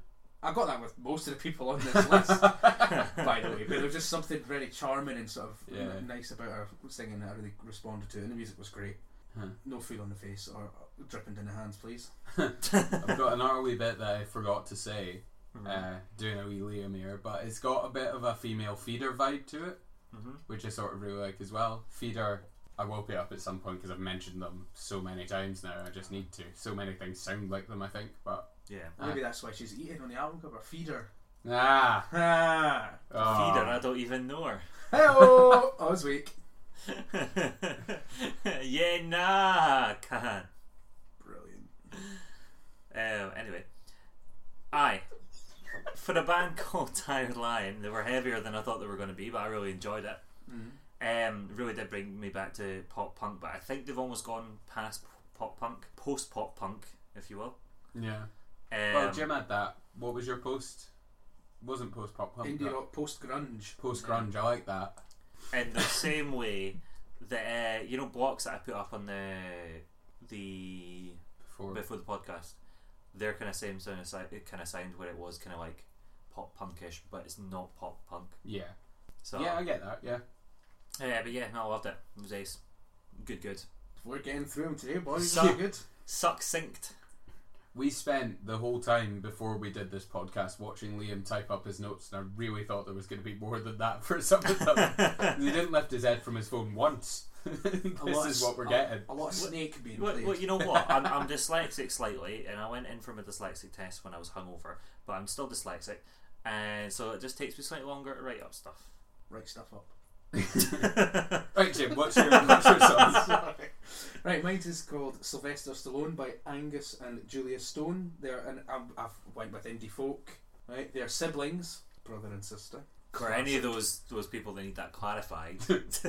B: I got that with most of the people on this list, by the way. But there was just something very charming and sort of
D: Yeah.
B: nice about her singing that I really responded to, and the music was great.
D: Huh.
B: No food on the face or uh, dripping down the hands, please.
D: I've got another wee bit that I forgot to say. Uh, doing a wee Liam here, but it's got a bit of a female feeder vibe to it,
C: Mhm.
D: which I sort of really like as well. Feeder, I will be up at some point because I've mentioned them so many times now. I just need to. So many things sound like them, I think. But
C: Yeah.
B: Maybe that's why she's eating on the album cover. Feed her.
D: ah,
B: Ah.
D: oh.
C: Feeder, I don't even know her.
B: Hello. I was weak.
C: yeah, nah, can.
B: Brilliant.
C: Um, anyway, aye. For a band called Tired Lion, they were heavier than I thought they were going to be, but I really enjoyed it. Um, really did bring me back to pop punk, but I think they've almost gone past p- pop punk, post pop punk, if you will.
D: Yeah.
C: Um,
D: Well, Jim had that. What was your post? Wasn't post pop punk.
B: Indie rock post grunge.
D: Post grunge. I like that.
C: in the same way that uh, you know blocks that I put up on the the
D: Before.
C: before the podcast, they're kind of same sound, kind of sound where it was kind of like pop punkish, but it's not pop punk.
D: Yeah.
C: So
D: Yeah, I get that. Yeah.
C: Yeah, but yeah, no, I loved it. It was ace. Good, good.
B: We're getting through 'em today, boys.
C: So-
B: We're good.
C: Succinct.
D: We spent the whole time before we did this podcast watching Liam type up his notes, and I really thought there was going to be more than that for some of them. he didn't lift his head from his phone once. this
B: lot
D: is
B: of-
D: what we're getting.
B: A lot of snake being
C: Well,
B: played.
C: well, you know what? I'm, I'm dyslexic slightly, and I went in from a dyslexic test when I was hungover, but I'm still dyslexic, and so it just takes me slightly longer to write up stuff.
B: Write stuff up.
D: Right, Jim, what's your, what's your songs?
B: Right, mine is called Sylvester Stallone by Angus and Julia Stone. They're and I've, I've went with indie folk. Right, they're siblings, brother and sister.
C: For any of those those people that need that clarified,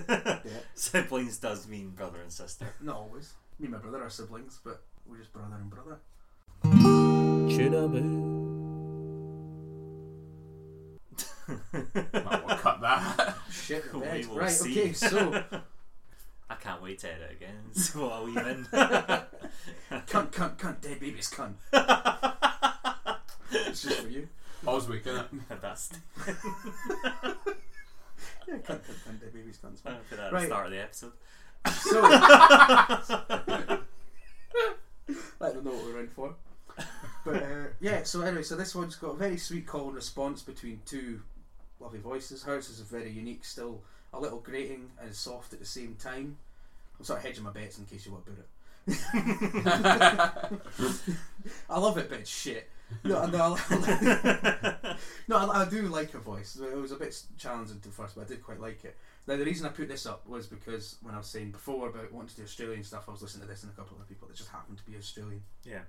C: siblings does mean brother and sister.
B: Not always. Me and my brother are siblings, but we're just brother and brother.
D: Well, Oh, we'll cut that.
B: Shit, in
C: We
B: bed.
C: will
B: right?
C: see.
B: Okay, so
C: I can't wait to edit again. So I'll leave in.
B: cunt, cunt, cunt, dead baby's cunt. it's just for you.
D: Oswick, innit?
C: That's
B: Yeah, cunt, cunt, cunt, dead baby's cunt's fine.
C: for that
B: Right.
C: start of the episode.
B: So, let them know what we're in for. But uh, yeah, so anyway, so this one's got a very sweet call and response between two lovely voices. Hers is very unique, still a little grating and soft at the same time. I'm sort of hedging my bets in case you want to boot it. I love it, but it's shit. No, no, I- no I, I do like her voice. It was a bit challenging at first, but I did quite like it. Now, the reason I put this up was because when I was saying before about wanting to do Australian stuff, I was listening to this and a couple of other people that just happened to be Australian.
C: Yeah.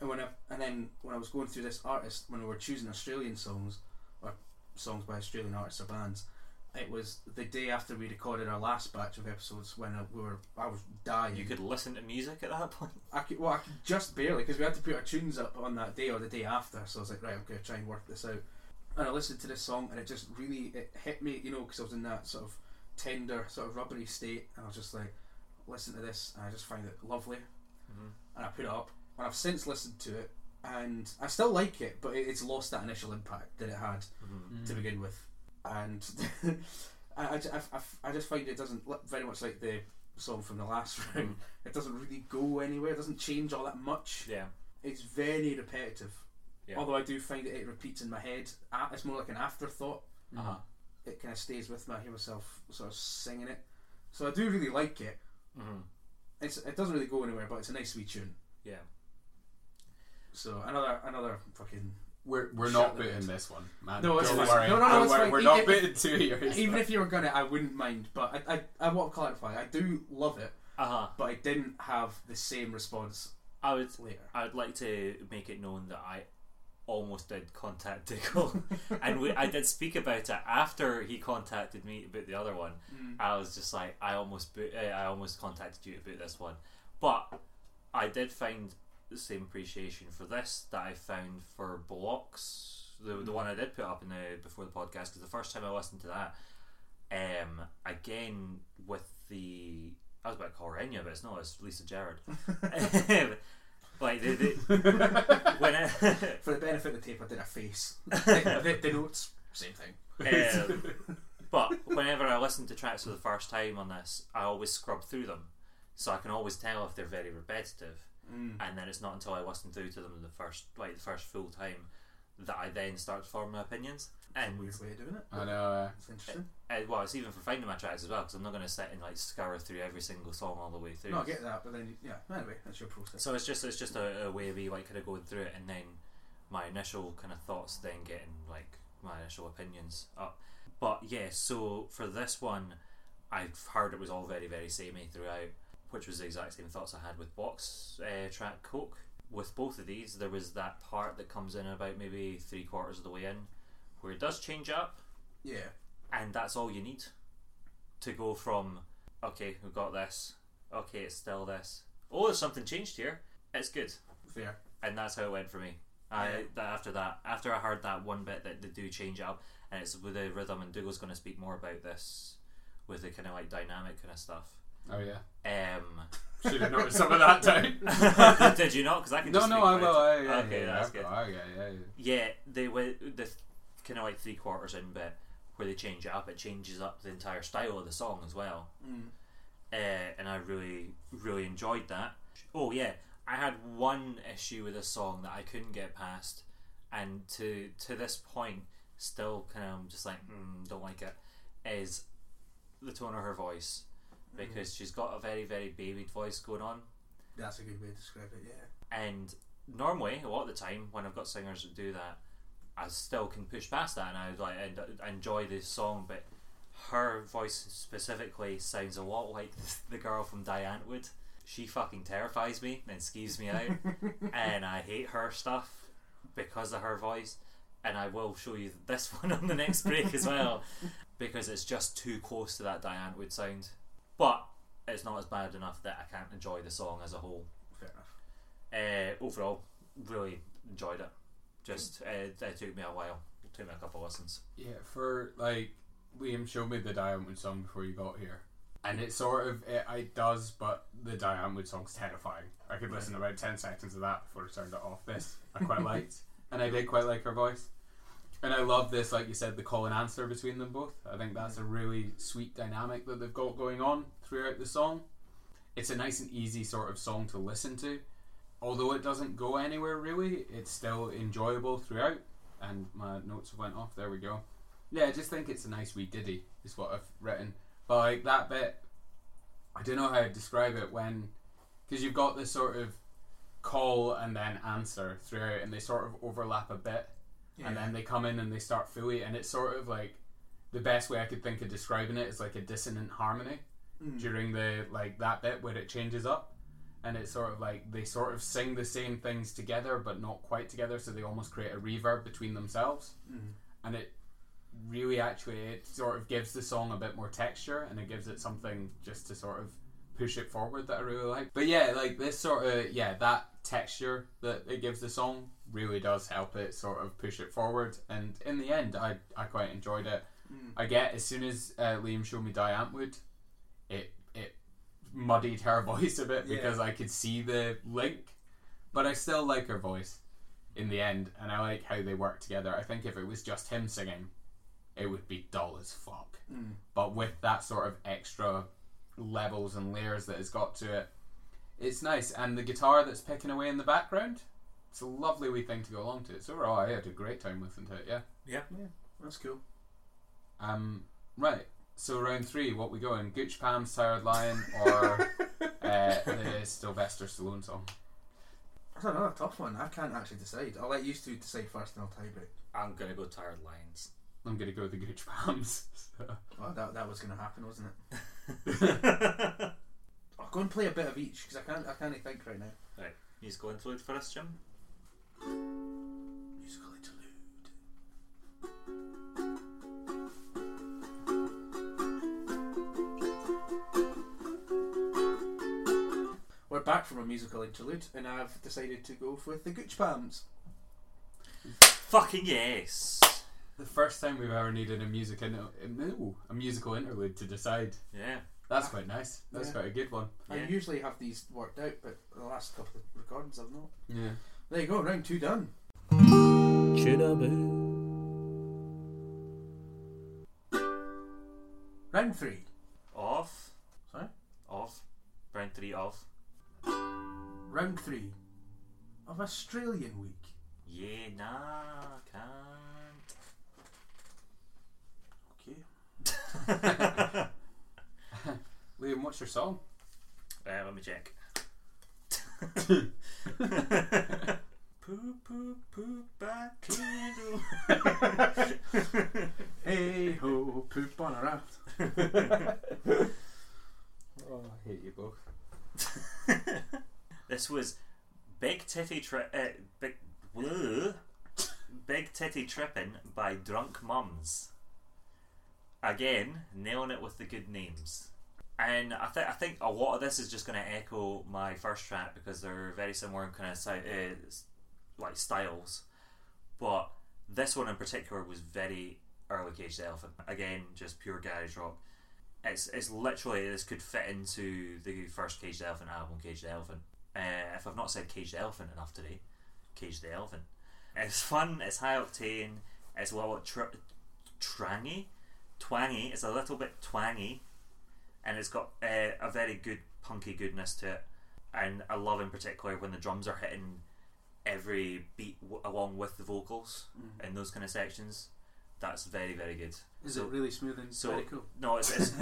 B: And when I and then when I was going through this artist, when we were choosing Australian songs or songs by Australian artists or bands, it was the day after we recorded our last batch of episodes when I, we were I was dying.
C: You could listen to music at that point.
B: I could, well, I could just barely because we had to put our tunes up on that day or the day after. So I was like, right, I'm gonna try and work this out. And I listened to this song, and it just really it hit me, you know, because I was in that sort of tender, sort of rubbery state, and I was just like, listen to this, and I just find it lovely. And I put it up, and I've since listened to it, and I still like it, but it, it's lost that initial impact that it had to begin with, and I, I, ju- I, I- I just find it doesn't look very much like the song from the last round. It doesn't really go anywhere. It doesn't change all that much.
C: Yeah.
B: It's very repetitive.
C: Yeah.
B: Although I do find that it repeats in my head. Ah, It's more like an afterthought.
C: Uh-huh.
B: It kind of stays with me. I hear myself sort of singing it. So I do really like it.
C: hmm
B: It's, it doesn't really go anywhere, but it's a nice wee tune.
C: Yeah.
B: So another another fucking.
D: We're, we're
B: Shut
D: not
B: the
D: booting
B: bit.
D: this one, man.
B: No, it's fine.
D: Don't worry.
B: No, no, no,
D: Don't
B: it's
D: worry.
B: fine.
D: We're
B: E-
D: not
B: e-
D: booting two years.
B: Even if you were gonna, I wouldn't mind. But I I, I want to clarify. I do love it,
C: Uh huh.
B: but I didn't have the same response
C: I would
B: later.
C: I would like to make it known that I almost did contact Diggle, and we, I did speak about it after he contacted me about the other one. I was just like, I almost, bo- eh, I almost contacted you about this one, but I did find the same appreciation for this that I found for Blocks, the, the one I did put up in the before the podcast. Because the first time I listened to that, um, again with the I was about to call her Enya, but it's not. It's Lisa Gerrard. Um, like the, the when I,
B: For the benefit of the tape, I did a face. the, the, the notes, same thing.
C: um, but whenever I listen to tracks for the first time on this, I always scrub through them, so I can always tell if they're very repetitive.
B: Mm.
C: And then it's not until I listen through to them the first, like the first full time, that I then start to form my opinions. And
B: Weird way of doing it.
D: I know. Uh,
B: It's interesting.
C: uh, well, it's even for finding my tracks as well, because I'm not going to sit and like scour through every single song all the way through.
B: No, I get that, but then yeah. Anyway, that's your process.
C: So it's just it's just a, a way of me like kind of going through it, and then my initial kind of thoughts, then getting like my initial opinions up. But yeah, so for this one, I've heard it was all very very samey throughout, which was the exact same thoughts I had with Box uh, track Coke. With both of these, there was that part that comes in about maybe three quarters of the way in, where it does change up,
B: Yeah.
C: and that's all you need to go from okay we've got this okay it's still this oh there's something changed here it's good
B: Fair.
C: and that's how it went for me I,
B: Yeah.
C: that after that after I heard that one bit that they do change it up and it's with the rhythm and Dougal's going to speak more about this with the kind of like dynamic kind of stuff
D: oh yeah.
C: um
D: Should have noted some of that down.
C: did you not because I can
D: no,
C: just
D: no,
C: speak
D: I
C: about
D: will. I,
C: it.
D: yeah,
C: okay
D: yeah,
C: that's
D: I've
C: good
D: got- I, yeah, yeah, yeah.
C: Yeah, they went the kind of like three quarters in bit where they change it up. It changes up the entire style of the song as well,
B: Mm.
C: uh, and I really, really enjoyed that. Oh yeah, I had one issue with this song that I couldn't get past, and to to this point, still kind of just like mm, don't like it. Is the tone of her voice because she's got a very, very babied voice going on
B: That's a good way to describe it. Yeah.
C: and normally a lot of the time when I've got singers that do that I still can push past that and I like and, I enjoy this song but her voice specifically sounds a lot like the girl from Diane Wood she fucking terrifies me and skeeves me out and I hate her stuff because of her voice and I will show you this one on the next break as well because it's just too close to that Diane Wood sound but it's not as bad enough that I can't enjoy the song as a whole
B: Fair enough.
C: uh, overall, really enjoyed it. Just uh, it took me a while. It took me a couple of lessons.
D: Yeah, for like Liam showed me the Diane Wood song before you got here, and it sort of it, it does, but the Diane Wood song's terrifying. I could listen to about ten seconds of that before I turned it off. This I quite liked, and I did quite like her voice, and I love this, like you said, the call and answer between them both. I think that's a really sweet dynamic that they've got going on throughout the song. It's a nice and easy sort of song to listen to. Although it doesn't go anywhere really, it's still enjoyable throughout. And my notes went off. There we go. Yeah, I just think it's a nice wee ditty, is what I've written. But like that bit, I don't know how to describe it when, because you've got this sort of call and then answer throughout, and they sort of overlap a bit, and then they come in and they start fully, and it's sort of like the best way I could think of describing it is like a dissonant harmony during the like that bit where it changes up, and it's sort of like they sort of sing the same things together but not quite together, so they almost create a reverb between themselves, and it really actually it sort of gives the song a bit more texture and it gives it something just to sort of push it forward that I really like. But yeah, like this sort of yeah, that texture that it gives the song really does help it sort of push it forward and in the end I, I quite enjoyed it. I get as soon as uh, Liam showed me Diane Wood, it it muddied her voice a bit
B: Yeah.
D: because I could see the link. But I still like her voice in the end and I like how they work together. I think if it was just him singing it would be dull as fuck. But with that sort of extra levels and layers that it's got to it. It's nice, and the guitar that's picking away in the background. It's a lovely wee thing to go along to. So overall, I had a great time listening to it. Yeah.
C: Yeah.
B: That's cool.
D: Um. Right. So round three, what we going? Gooch Pam's Tired Lion or uh, the Sylvester Stallone song?
B: That's another tough one. I can't actually decide. I'll let you two decide first and I'll tie break.
C: I'm gonna go tired lions.
D: I'm gonna go with the Gooch Pam's. So.
B: Well, that, that was going to happen, wasn't it? I'll go and play a bit of each because I can't, I can't think right now.
C: right. Musical interlude for us, Jim.
B: Musical interlude. We're back from a musical interlude, and I've decided to go with the Gooch Pams.
C: Fucking yes.
D: The first time we've ever needed a music inter- no, a musical interlude to decide.
C: Yeah.
D: That's quite nice. That's
B: Yeah.
D: quite a good one.
B: I
C: Yeah.
B: usually have these worked out, but the last couple of recordings I've not.
D: Yeah.
B: There you go, round two done. Round three.
C: Off.
B: Sorry?
C: Off. Round three off.
B: Round three of Australian week.
C: Yeah. Nah. Can't.
B: Okay.
D: Liam, what's your song?
C: Uh, let me check. poop, poop, poop, back to the
B: Hey ho, poop on a raft.
D: Oh, I hate you both.
C: This was Big Titty Tri- uh, Big Whoa. Big Titty Trippin' by Drunk Mums. Again, nailing it with the good names. And I think I think a lot of this is just going to echo my first track because they're very similar in kind of si- uh, s- like styles, but this one in particular was very early Cage the Elephant. Again, just pure garage rock. It's it's literally this could fit into the first Cage the Elephant album, Cage the Elephant. Uh, if I've not said Cage the Elephant enough today, Cage the Elephant. It's fun. It's high octane. It's a little tr- trangy, twangy. It's a little bit twangy, and it's got uh, a very good punky goodness to it. And I love in particular when the drums are hitting every beat w- along with the vocals in those kind of sections. That's very very good.
B: Mm-hmm. Is
C: So-
B: it really smooth and
C: so-
B: very cool?
C: no, it's it's,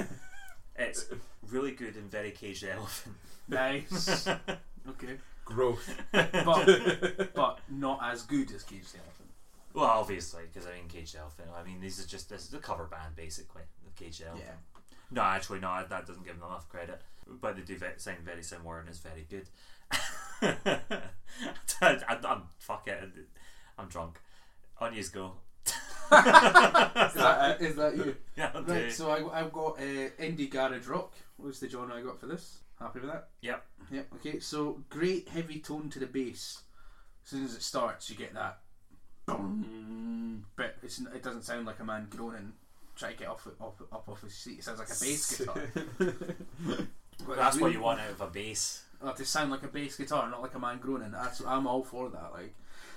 C: it's really good and very caged elephant.
B: Nice. okay.
D: Growth.
B: But, but not as good as Cage the Elephant.
C: Well, obviously, because I mean caged elephant. I mean these are just this is a cover band basically of caged elephant.
B: Yeah.
C: No, actually, no, that doesn't give them enough credit. But they do ve- sound very similar and it's very good. I, am fuck it. I'm drunk. On you go.
B: Is
D: uh,
B: that, is that you?
C: Yeah, I'll do
B: Right,
C: it.
B: so I, I've got uh, indie garage rock. Was the genre I got for this? Happy with that?
C: Yep.
B: Yep. Okay. So great heavy tone to the bass. As soon as it starts, you get that. Boom. But it's, n- it doesn't sound like a man groaning trying to get off up, up off his seat. It sounds like a bass guitar. But
C: That's
B: it's
C: what
B: really-
C: you want out of a bass.
B: uh, to sound like a bass guitar, not like a man groaning. That's I'm all for that. Like,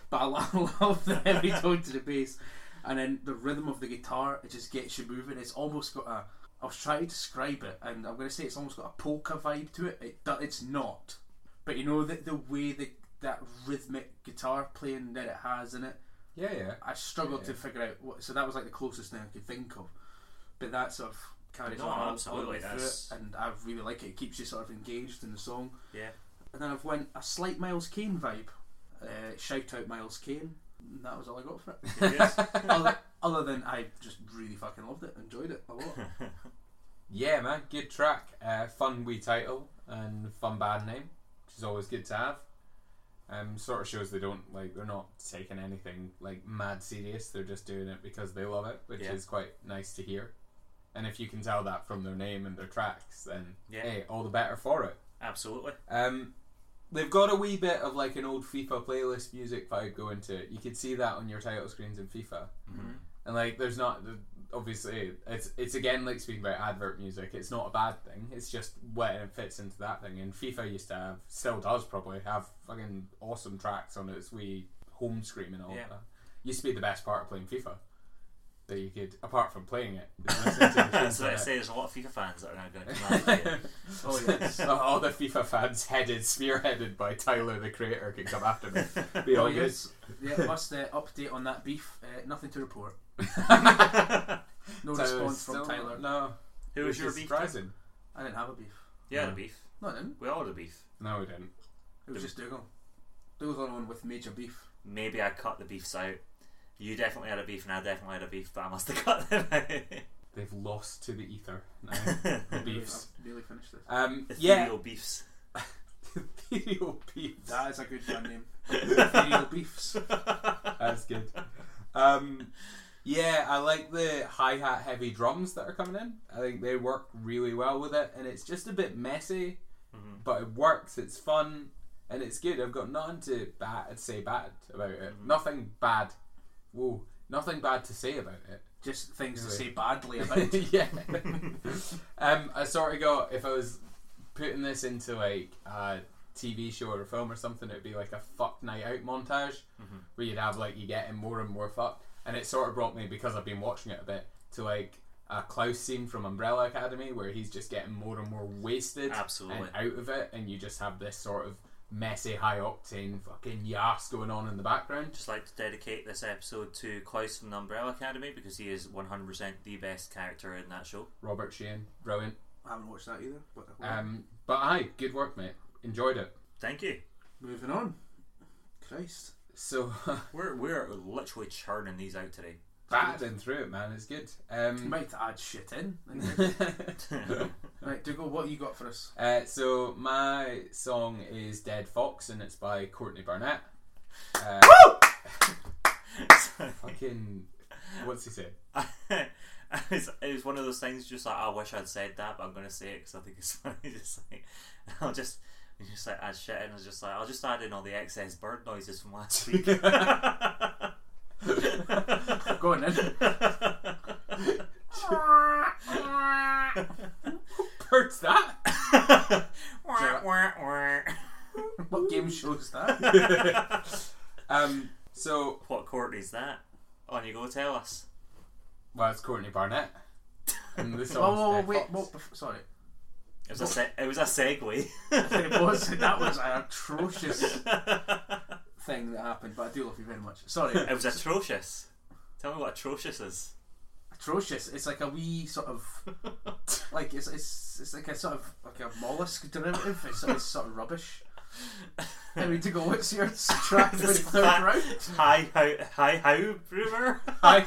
B: but I lo- love the heavy tone to the bass, and then the rhythm of the guitar. It just gets you moving. It's almost got a. I was trying to describe it, and I'm gonna say it's almost got a polka vibe to it. It do, it's not, but you know that the way the that rhythmic guitar playing that it has in it,
D: yeah, yeah.
B: I struggled to
D: Yeah.
B: figure out what. So that was like the closest thing I could think of, but that sort of carries
C: No,
B: on all- all
C: absolutely,
B: the way through it,
C: that's-
B: and I really like it. It keeps you sort of engaged in the song.
C: Yeah.
B: And then I've went a slight Miles Kane vibe. Uh, shout out Miles Kane. And that was all I got for it. other, other than I just really fucking loved it, enjoyed it a lot.
D: Yeah, man. Good track. Uh, fun wee title and fun band name, which is always good to have. Um, sort of shows they don't like they're not taking anything like mad serious. They're just doing it because they love it, which
C: Yeah.
D: is quite nice to hear. And if you can tell that from their name and their tracks, then
C: Yeah.
D: hey, all the better for it.
C: Absolutely.
D: Um, they've got a wee bit of like an old FIFA playlist music vibe going to it. You could see that on your title screens in FIFA.
C: Mhm.
D: And like, there's not obviously it's it's again like speaking about advert music. It's not a bad thing. It's just when it fits into that thing. And FIFA used to have, still does probably have fucking awesome tracks on its wee home screen and all
C: Yeah.
D: that. Used to be the best part of playing FIFA. that you could, apart from playing it, is listen to the tunes
C: That's what
D: on
C: I
D: it.
C: say. There's a lot of FIFA fans that are now going to come after you.
B: Oh yes.
D: So all the FIFA fans headed, spearheaded by Tyler the creator, can come after me. Be all
B: oh
D: good.
B: yes. Yeah, must uh, update on that beef. Uh, nothing to report. No
D: Tyler's
B: response from
D: still-
B: Tyler.
D: No.
C: Who was
D: which
C: your
D: is
C: beef?
D: Surprising.
B: I didn't have a beef.
C: Yeah,
D: No.
C: the beef.
B: No, I didn't.
C: We all had a beef.
D: No, we didn't.
B: It was just Dougal. Dougal's the only one with major beef.
C: Maybe I cut the beefs out. You definitely had a beef, and I definitely had a beef, but I must have cut them out.
D: They've lost to the ether now. the beefs.
B: I've nearly finished this.
D: Um, yeah.
C: Ethereal beefs.
D: Ethereal beefs.
B: That is a good band name. Ethereal beefs.
D: That's good. Um, yeah, I like the hi hat heavy drums that are coming in. I think they work really well with it, and it's just a bit messy, but it works. It's fun and it's good. I've got nothing to bad say bad about it. Nothing bad. Whoa, nothing bad to say about it.
B: Just things to
D: Really?
B: say badly about.
D: yeah. um, I sort of got if I was putting this into like a TV show or a film or something, it'd be like a fuck night out montage where you'd have like you getting more and more fucked, and it sort of brought me because I've been watching it a bit to like a Klaus scene from Umbrella Academy where he's just getting more and more wasted,
C: Absolutely.
D: and out of it, and you just have this sort of messy, high octane fucking yas going on in the background.
C: Just like to dedicate this episode to Klaus from the Umbrella Academy because he is 100% the best character in that show.
D: Robert Sheehan, brilliant.
B: I haven't watched that either. But
D: Um, but aye, good work, mate. Enjoyed it.
C: Thank you.
B: moving on. Christ.
D: So
C: We're we're literally churning these out today.
D: battling through it, man. It's good. Um,
B: Might add shit in. right, Dougal, what you got for us?
D: uh, so my song is "Dead Fox" and it's by Courtney Barnett. Uh, fucking, what's he say?
C: it, was, it was one of those things. Just like I wish I'd said that, but I'm gonna say it because I think it's funny. Just like I'll just you just like add shit, and it's just like I'll just add in all the excess bird noises from last week.
B: We're going in.
D: Hurts that?
B: What game show is that?
D: Um, so
C: what court is that? On you go, tell us.
D: well, it's Courtney Barnett, and the
B: Oh,
D: song's
B: whoa, whoa,
D: Dead
B: wait,
D: Fox.
B: whoa, bef- sorry.
C: It was a se- it was a segue.
B: It was, that was an atrocious thing that happened, but I do love you very much. Sorry.
C: It was atrocious. Tell me what atrocious is.
B: atrocious. It's like a wee sort of like it's it's, it's like a sort of like a mollusk derivative. It's, it's sort of rubbish. I mean, to go what's your track for the
C: This
B: third
C: fat-
B: round?
C: Hi how hi how brewer.
D: Hi,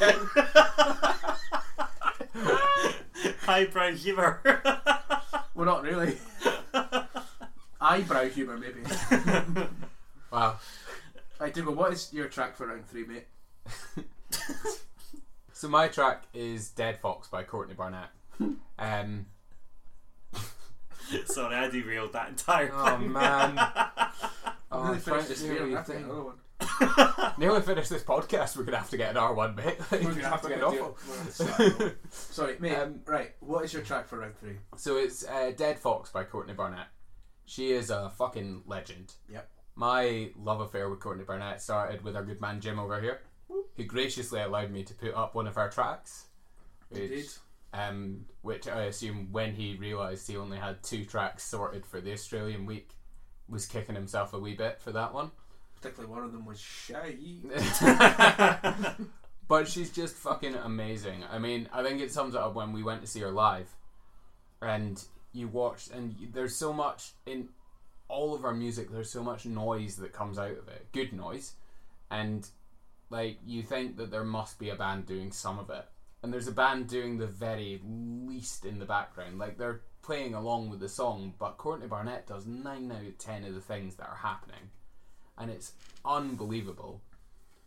C: Highbrow humour.
B: Well, not really. Eyebrow humour, maybe.
D: wow.
B: I do. Well, what is your track for round three, mate?
D: So my track is "Dead Fox" by Courtney Barnett. Um,
C: Sorry, I derailed that entire
D: oh
C: thing.
D: man. Oh,
B: Really
D: I'm trying
B: finished
D: to
B: this
D: do
B: beer and
D: your
B: I've got
D: thing.
B: another one.
D: Nearly finish this podcast, we're gonna have to get an R one, mate. We're
B: We're gonna have to
D: get
B: do it.
D: awful.
B: We're gonna start now. Sorry, mate.
D: Um,
B: right, what is your track for round three?
D: So it's uh, Dead Fox by Courtney Barnett. She is a fucking legend.
B: Yep.
D: My love affair with Courtney Barnett started with our good man Jim over here, who graciously allowed me to put up one of our tracks. Which,
B: Indeed.
D: Um, which I assume when he realised he only had two tracks sorted for the Australian week, was kicking himself a wee bit for that one.
B: Particularly one of them was shy.
D: But she's just fucking amazing. I mean, I think it sums it up when we went to see her live, and you watched, and you- there's so much in all of our music. There's so much noise that comes out of it, good noise, and like you think that there must be a band doing some of it, and there's a band doing the very least in the background. Like they're playing along with the song, but Courtney Barnett does nine out of ten of the things that are happening, and it's unbelievable.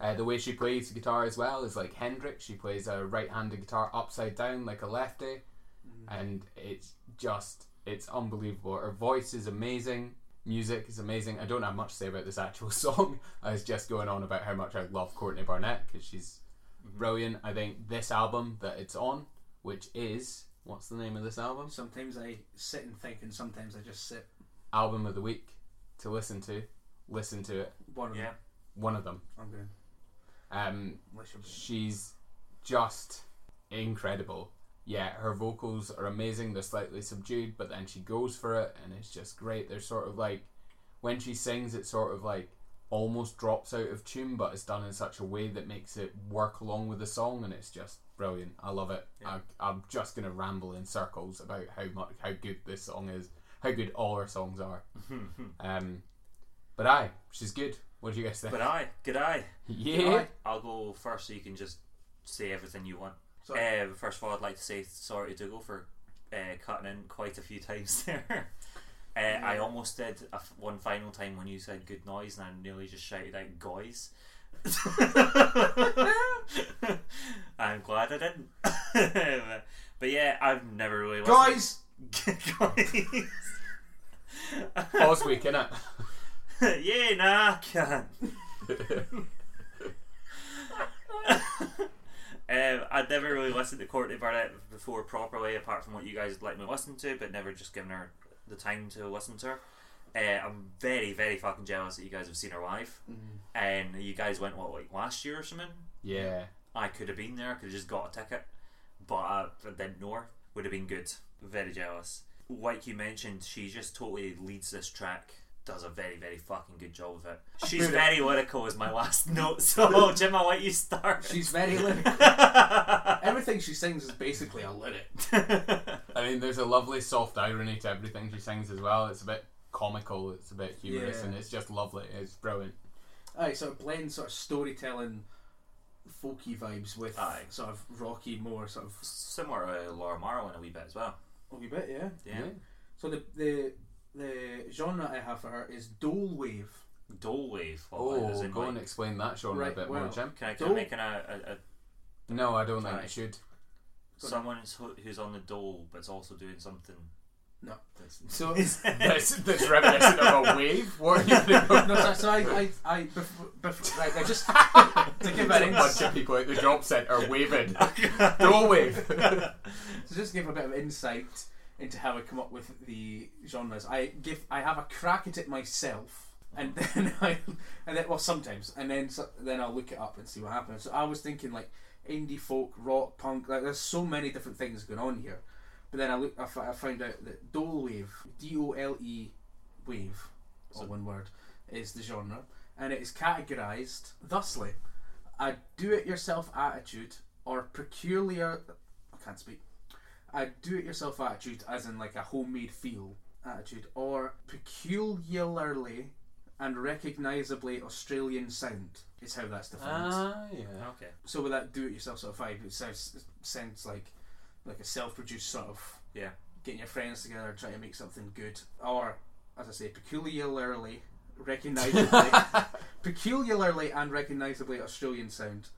D: Uh, the way she plays the guitar as well is like Hendrix. She plays a right-handed guitar upside down like a lefty, and it's just it's unbelievable. Her voice is amazing. Music is amazing. I don't have much to say about this actual song. I was just going on about how much I love Courtney Barnett because she's brilliant. I think this album that it's on, which is what's the name of this album?
B: Sometimes I sit and think, and sometimes I just sit.
D: Album of the week to listen to. Listen to it.
B: One of
C: yeah.
B: them.
D: One of them.
B: I'm going.
D: Um,
B: Unless you're
D: she's just incredible. Yeah, her vocals are amazing. They're slightly subdued, but then she goes for it, and it's just great. They're sort of like when she sings, it sort of like almost drops out of tune, but it's done in such a way that makes it work along with the song, and it's just brilliant. I love it. I, I'm just gonna ramble in circles about how much how good this song is, how good all her songs are. um, but aye, she's good. What do you guys think?
C: But I, good eye.
D: yeah,
B: Aye.
C: I'll go first so you can just say everything you want.
B: Sorry.
C: Uh, first of all, I'd like to say sorry to Dougal for uh, cutting in quite a few times there. Uh, I almost did a f- one final time when you said good noise and I nearly just shouted out guys. I'm glad I didn't. but yeah, I've never really listened.
B: Guys,
C: Guys!
D: Oz week innit?
C: yeah, nah, can't. Um, I'd never really listened to Courtney Barnett before properly, apart from what you guys let me listen to, but never just given her the time to listen to her. Uh, I'm very, very fucking jealous that you guys have seen her live, and you guys went what like last year or something.
D: yeah.
C: I could have been there. I could have just got a ticket, but I didn't know. her. Would have been good. Very jealous. Like you mentioned, she just totally leads this track. Does a very, very fucking good job of it. She's very lyrical. Is my last note. So Jim, I'll let you start.
B: she's very lyrical. Everything she sings is basically a lyric.
D: I mean, there's a lovely soft irony to everything she sings as well. It's a bit comical, it's a bit humorous,
B: Yeah.
D: and it's just lovely. It's brilliant.
B: Aye, sort of blends sort of storytelling, folky vibes with
C: Aye.
B: sort of rocky, more sort of
C: similar to Laura Marlin a wee bit as well.
B: a wee bit, yeah.
C: Yeah.
B: So the the the genre I have for her is dole wave.
C: Dole wave. well,
D: Oh,
C: as in,
D: go
C: like-
D: and explain that genre
B: Right,
D: a bit more,
B: well-
D: Jim.
C: Can I, can I
B: Dole-
C: make an, a, a, a
D: No, I don't think
C: Aye.
D: you should.
C: someone who's, who's on the dole but's also doing something?
B: No.
C: That's,
B: So
D: Oh. That's, that's reminiscent of a wave. What are you thinking?
B: no, so, so I I, I before, before, right, I just to give
D: There's
B: an
D: a bunch of
B: insight,
D: people at the job centre waving. Go wave.
B: to just give a bit of insight into how I come up with the genres. I give I have a crack at it myself, and then I and then well sometimes, and then so, then I'll look it up and see what happens. So I was thinking like indie folk, rock, punk. Like there's so many different things going on here, but then I look I, f- I found out that dole wave, D O L E, wave, or
C: So-
B: one word, is the genre, and it is categorized thusly: a do-it-yourself attitude or peculiar. I can't speak a do-it-yourself attitude, as in like a homemade feel attitude, or peculiarly and recognisably Australian sound is how that's defined.
D: Ah, yeah.
C: okay.
B: So with that do-it-yourself sort of vibe, it sounds sounds like like a self-produced sort of
C: Yeah.
B: getting your friends together, trying to make something good, or as I say, peculiarly recognisably, peculiarly and recognisably Australian sound.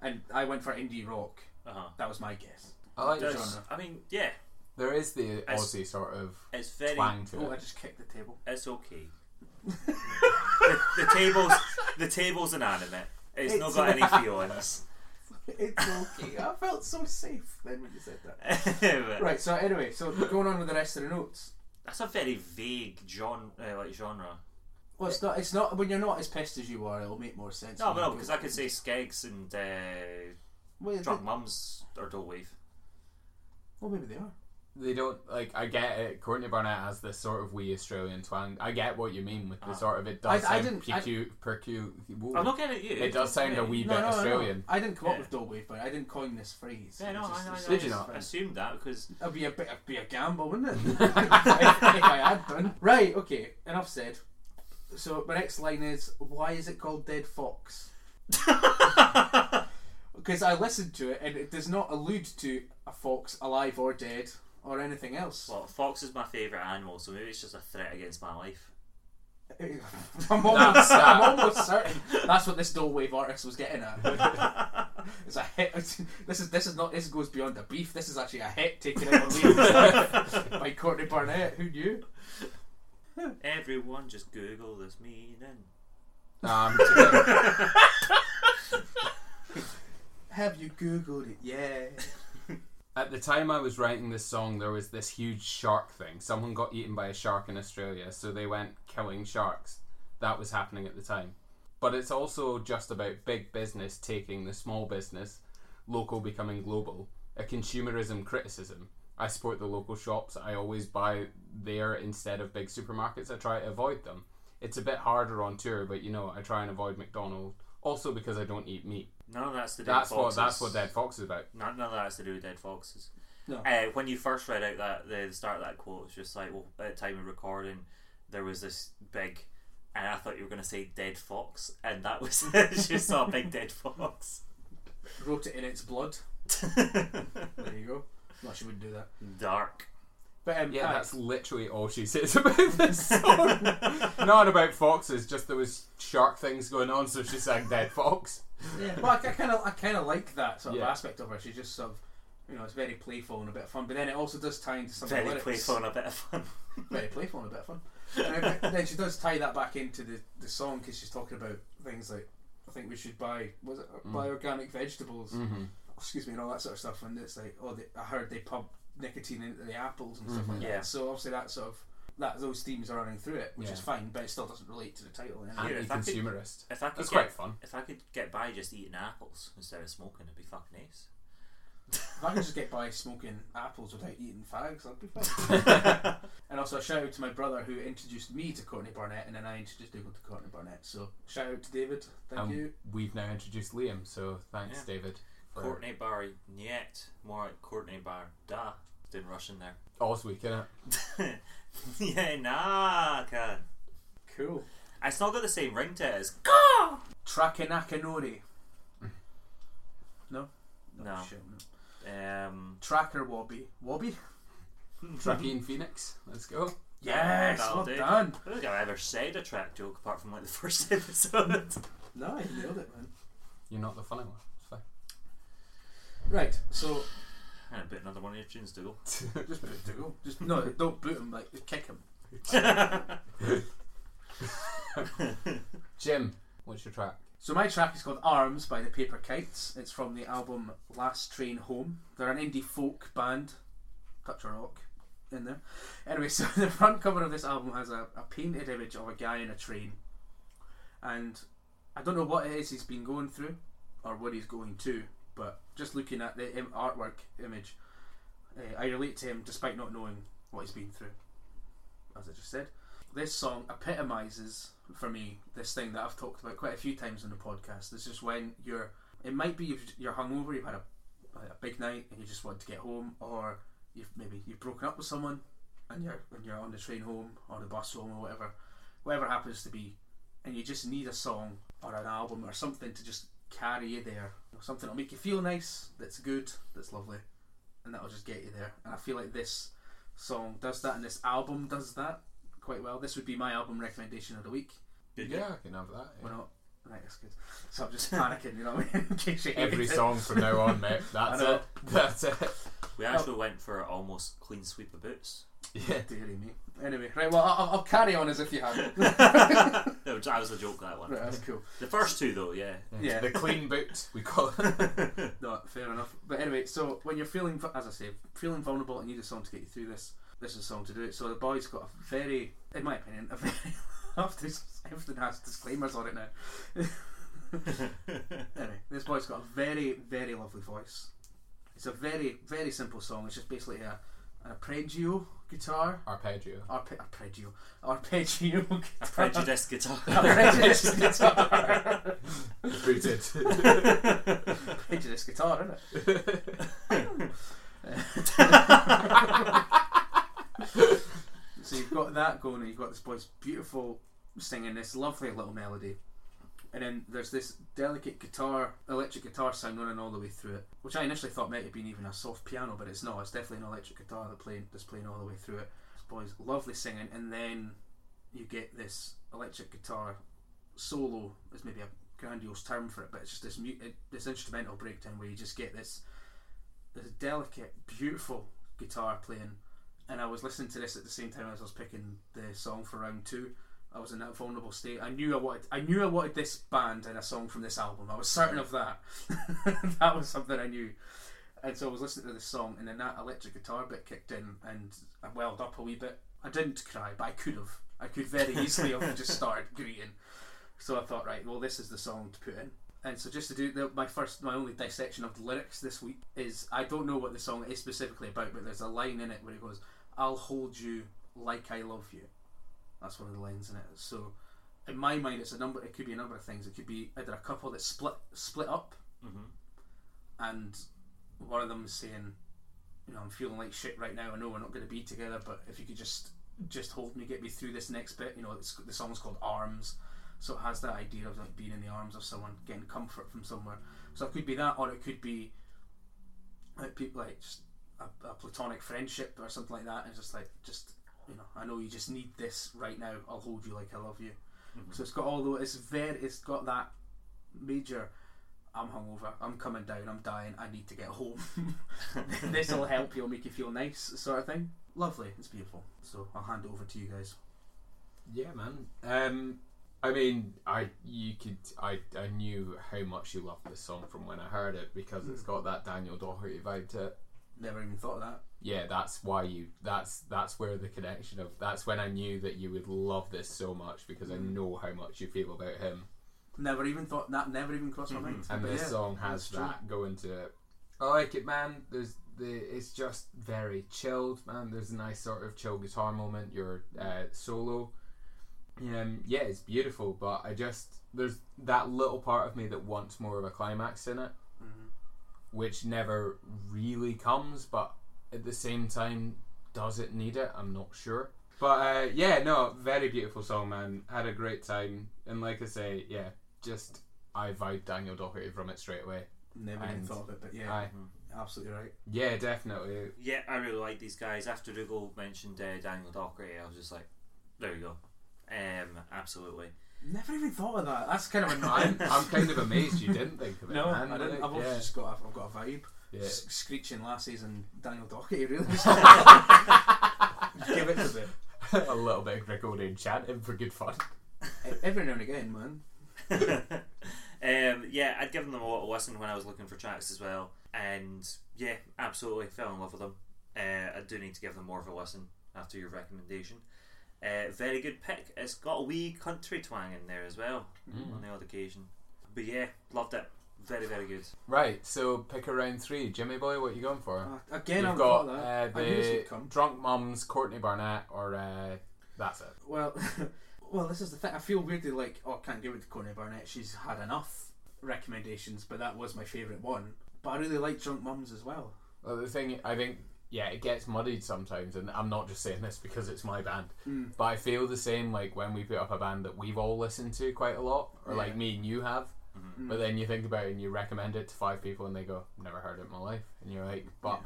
B: And I went for indie rock.
C: Uh huh.
B: That was my guess.
D: I like the
B: Does-
D: genre.
C: I mean, yeah.
D: There is the
C: As-
D: Aussie sort of
C: It's very.
D: twang to
B: Oh, I
D: it.
B: just kicked the table.
C: It's okay. the, the tables. The tables inanimate. It's, not
B: It's
C: got any feelings.
B: It's okay. I felt so safe then when you said that. Right. So anyway, so going on with the rest of the notes.
C: That's a very vague genre. Uh, like genre.
B: Well, it's not. It's not when you're not as pissed as you are. It'll make more sense.
C: No,
B: when
C: but
B: you
C: no,
B: go-
C: because I could say Skeggs and uh,
B: Well, yeah,
C: Drunk
B: they-
C: Mums or Dole Wave.
B: well, maybe they are.
D: They don't like. I get it. Courtney Barnett has this sort of wee Australian twang. I get what you mean with the sort of it does
B: Ah. I- I
D: sound
B: didn't- I-
D: pecu- percu- whoa.
C: I'm looking at you.
D: It does sound a wee
B: No,
D: bit
B: no, no,
D: Australian.
B: I didn't come up
C: Yeah.
B: with dole wave, but I didn't coin this phrase.
C: Yeah, no,
B: It's just-
C: I, I,
B: it's
C: I
D: Did you
B: just-
D: not?
C: assumed that because
B: It'd be a bit, it'd be a gamble, wouldn't it? if, if I had done. Right. Okay. Enough said. So my next line is, why is it called Dead Fox? Because I listened to it and it does not allude to a fox alive or dead or anything else.
C: well, fox is my favourite animal, so maybe it's just a threat against my life.
B: I'm almost, I'm almost certain that's what this dole wave artist was getting at. It's a hit. This is this is not. This goes beyond a beef. This is actually a hit taken out on Liam's life by Courtney Barnett. Who knew?
C: Everyone just Google this meaning.
D: Um,
B: Have you googled it? Yeah.
D: At the time I was writing this song, there was this huge shark thing. Someone got eaten by a shark in Australia, so they went killing sharks. That was happening at the time. But it's also just about big business taking the small business, local becoming global, a consumerism criticism. I support the local shops. I always buy there instead of big supermarkets. I try to avoid them. It's a bit harder on tour, but you know, I try and avoid McDonald's. Also because I don't eat meat.
C: None of that's to do
D: That's
C: with
D: what
C: foxes.
D: that's what Dead Fox is about.
C: None, none of that's to do with dead foxes.
B: No.
C: Uh, when you first read out that the, the start of that quote, it's just like, well, at the time of recording, there was this big, and I thought you were going to say dead fox, and that was it's just a big dead fox.
B: Wrote it in its blood. There you go. No, she wouldn't do that.
C: Dark.
B: But um,
D: Yeah,
B: aye,
D: that's literally all she says about this song. Not about foxes, just there was shark things going on, so she sang Dead Fox.
B: Yeah, well, I kind of, I kind of like that sort
D: Yeah.
B: of aspect of her. She's just sort of, you know, it's very playful and a bit of fun. But then it also does tie into some of the
C: Very
B: lyrics.
C: playful and a bit of fun.
B: very playful and a bit of fun. Uh, but then she does tie that back into the the song because she's talking about things like I think we should buy was it
D: Mm.
B: buy organic vegetables,
D: Mm-hmm.
B: excuse me, and all that sort of stuff. And it's like, oh, they, I heard they pump nicotine into the apples and stuff like
C: Yeah.
B: that. So obviously that sort of that those themes are running through it, which
D: Yeah.
B: is fine, but it still doesn't relate to the title. in any way.
C: Yeah,
D: Anti
C: if I could-
D: consumerist.
C: If I could
D: That's
C: get,
D: quite fun.
C: If I could get by just eating apples instead of smoking, it'd be fucking ace.
B: If I could just get by smoking apples without eating fags, I'd be fine. and also a shout out to my brother who introduced me to Courtney Barnett, and then I introduced Dougal to Courtney Barnett. So shout out to David, thank
D: And
B: you.
D: we've now introduced Liam, so thanks,
C: Yeah.
D: David. For
C: Courtney Bar yet more like Courtney Bar da. Didn't rush in there.
D: Osweek, innit?
C: yeah, nah, can.
B: Cool.
C: It's not got the same ring to it as
B: Tracanakanori. No.
C: No.
B: Shit, no.
C: um.
B: Tracker Wobby. Wobby.
D: Truckee and Phoenix, let's go.
B: Yes.
C: that'll
B: well
C: do.
B: done.
C: I don't think I've ever said a track joke apart from like the first episode.
B: No, you nailed it, man.
D: You're not the funny one. It's fine.
B: Right. So
C: and a bit another one of your tunes, Dougal.
B: just boot Dougal. Just no, don't boot him. Like just kick him.
D: Jim, what's your track?
B: So my track is called Arms by the Paper Kites. It's from the album Last Train Home. They're an indie folk band, touch of rock in there. Anyway, so the front cover of this album has a, a painted image of a guy in a train, and I don't know what it is he's been going through or what he's going to, but just looking at the Im- artwork image, uh, I relate to him despite not knowing what he's been through. As I just said this song epitomizes for me this thing that I've talked about quite a few times on the podcast. It's just when you're, it might be you've, you're hungover, you've had a, a big night, and you just want to get home, or you've maybe you've broken up with someone, and you're and you're on the train home or the bus home or whatever, whatever it happens to be, and you just need a song or an album or something to just carry you there, You know, something that'll make you feel nice, that's good, that's lovely, and that'll just get you there. And I feel like this song does that, and this album does that quite well. This would be my album recommendation of the week.
D: Yeah, I can have that. yeah.
B: We're not. Right, that's good. So I'm just panicking, you know what I mean? In case you
D: Every
B: hate it.
D: song from now on, mate. That's
B: know.
D: it. That's it.
C: We actually went for almost clean sweep of boots.
D: Yeah.
B: Deary me. Anyway, right, well, I'll, I'll carry on as if you haven't. right,
C: No, that was a joke. That one.
B: that's cool.
C: The first two though, yeah.
B: Yeah.
D: The clean boot, we call it.
B: No, fair enough. But anyway, so when you're feeling, as I say, feeling vulnerable and you need a song to get you through this, this is a song to do it. So the boy's got a very, in my opinion, a very. after this- Everything has disclaimers on it now. anyway, this boy's got a very, very lovely voice. It's a very, very simple song. It's just basically a, an arpeggio guitar.
D: Arpeggio.
B: Arpe- arpeggio. Arpeggio guitar.
C: A prejudiced guitar.
B: Prejudice guitar.
D: Booted.
B: Prejudice guitar, isn't it? So you've got that going, and you've got this boy's beautiful singing this lovely little melody, and then there's this delicate guitar, electric guitar sound running all the way through it, which I initially thought might have been even a soft piano, but it's not. It's definitely an electric guitar that playing that's playing all the way through it. This boy's lovely singing, and then you get this electric guitar solo. Is maybe a grandiose term for it, but it's just this mu- this instrumental breakdown where you just get this this delicate, beautiful guitar playing and I was listening to this at the same time as I was picking the song for round two. I was in that vulnerable state. I knew I wanted. I knew I wanted this band and a song from this album. I was certain of that. that was something I knew. And so I was listening to this song, and then that electric guitar bit kicked in, and I welled up a wee bit. I didn't cry, but I could have. I could very easily have just started greeting. So I thought, right, well, this is the song to put in. And so, just to do the, my first, my only dissection of the lyrics this week is I don't know what the song is specifically about, but there's a line in it where he goes, I'll hold you like I love you. That's one of the lines in it. So, in my mind, it's a number. It could be a number of things. It could be either a couple that split split up, and one of them is saying, "You know, I'm feeling like shit right now. I know we're not going to be together, but if you could just just hold me, get me through this next bit. You know, it's, the song's called Arms, so it has that idea of like being in the arms of someone, getting comfort from somewhere. So it could be that, or it could be like people like just a, a platonic friendship or something like that, and just like just you know, I know you just need this right now. I'll hold you like I love you. So it's got all the it's very it's got that major. I'm hungover. I'm coming down. I'm dying. I need to get home. this will help you. will make you feel nice, sort of thing. Lovely. It's beautiful. So I'll hand it over to you guys.
D: Yeah, man. Um, I mean, I you could I I knew how much you loved this song from when I heard it because it's got that Daniel Doherty vibe to it.
B: Never even thought of that.
D: Yeah, that's why you. That's that's where the connection of. That's when I knew that you would love this so much because I know how much you feel about him,
B: Never even thought that. Never even crossed my mind.
D: Mm-hmm. and
B: But
D: this
B: yeah,
D: song has
B: that's true.
D: that going to it. I like it, man. There's the. It's just very chilled, man. There's a nice sort of chill guitar moment. Your uh, solo. Um, yeah, it's beautiful, but I just there's that little part of me that wants more of a climax in it,
B: Mm-hmm.
D: which never really comes. But at the same time, does it need it? I'm not sure. But uh, yeah, no, very beautiful song, man. Had a great time, and like I say, yeah, just I vibe Daniel Doherty from it straight away.
B: Never even
D: and-
B: thought of it. But yeah,
D: Yeah, I,
B: absolutely right.
D: yeah, definitely.
C: Yeah, I really like these guys. After Dougal mentioned uh, Daniel Dockery, I was just like, there you go. Um, absolutely.
B: Never even thought of that. That's kind of
D: I'm,
B: annoying.
D: I'm kind of amazed you didn't think of it.
B: no,
D: man.
B: I didn't.
D: Like,
B: I've also
D: yeah,
B: just got. A, I've got a vibe.
D: yeah.
B: S- screeching lassies and Daniel Doherty. Really, give it to them.
D: a little bit of Gregorian chanting for good fun.
B: Every now and again, man.
C: um, yeah, I'd given them a lot of listen when I was looking for tracks as well, and yeah, absolutely fell in love with them. Uh, I do need to give them more of a listen after your recommendation. Uh, very good pick. It's got a wee country twang in there as well on the odd occasion, but yeah, loved it. Very very good.
D: Right, so pick a round three, Jimmy boy. What you going for?
B: Uh, again,
D: You've
B: I've
D: got
B: got that.
D: uh,
B: I knew this
D: the
B: would come.
D: drunk mums, Courtney Barnett, or uh, that's it.
B: Well, well, this is the thing. I feel weirdly like, oh, I can't give it to Courtney Barnett. She's had enough recommendations, but that was my favourite one. But I really like Drunk Mums as well.
D: Well, the thing I think, yeah, it gets muddied sometimes, and I'm not just saying this because it's my band, but I feel the same like when we put up a band that we've all listened to quite a lot, or
B: Yeah.
D: like me and you have. But then you think about it and you recommend it to five people and they go, "Never heard it in my life," and you're like, "But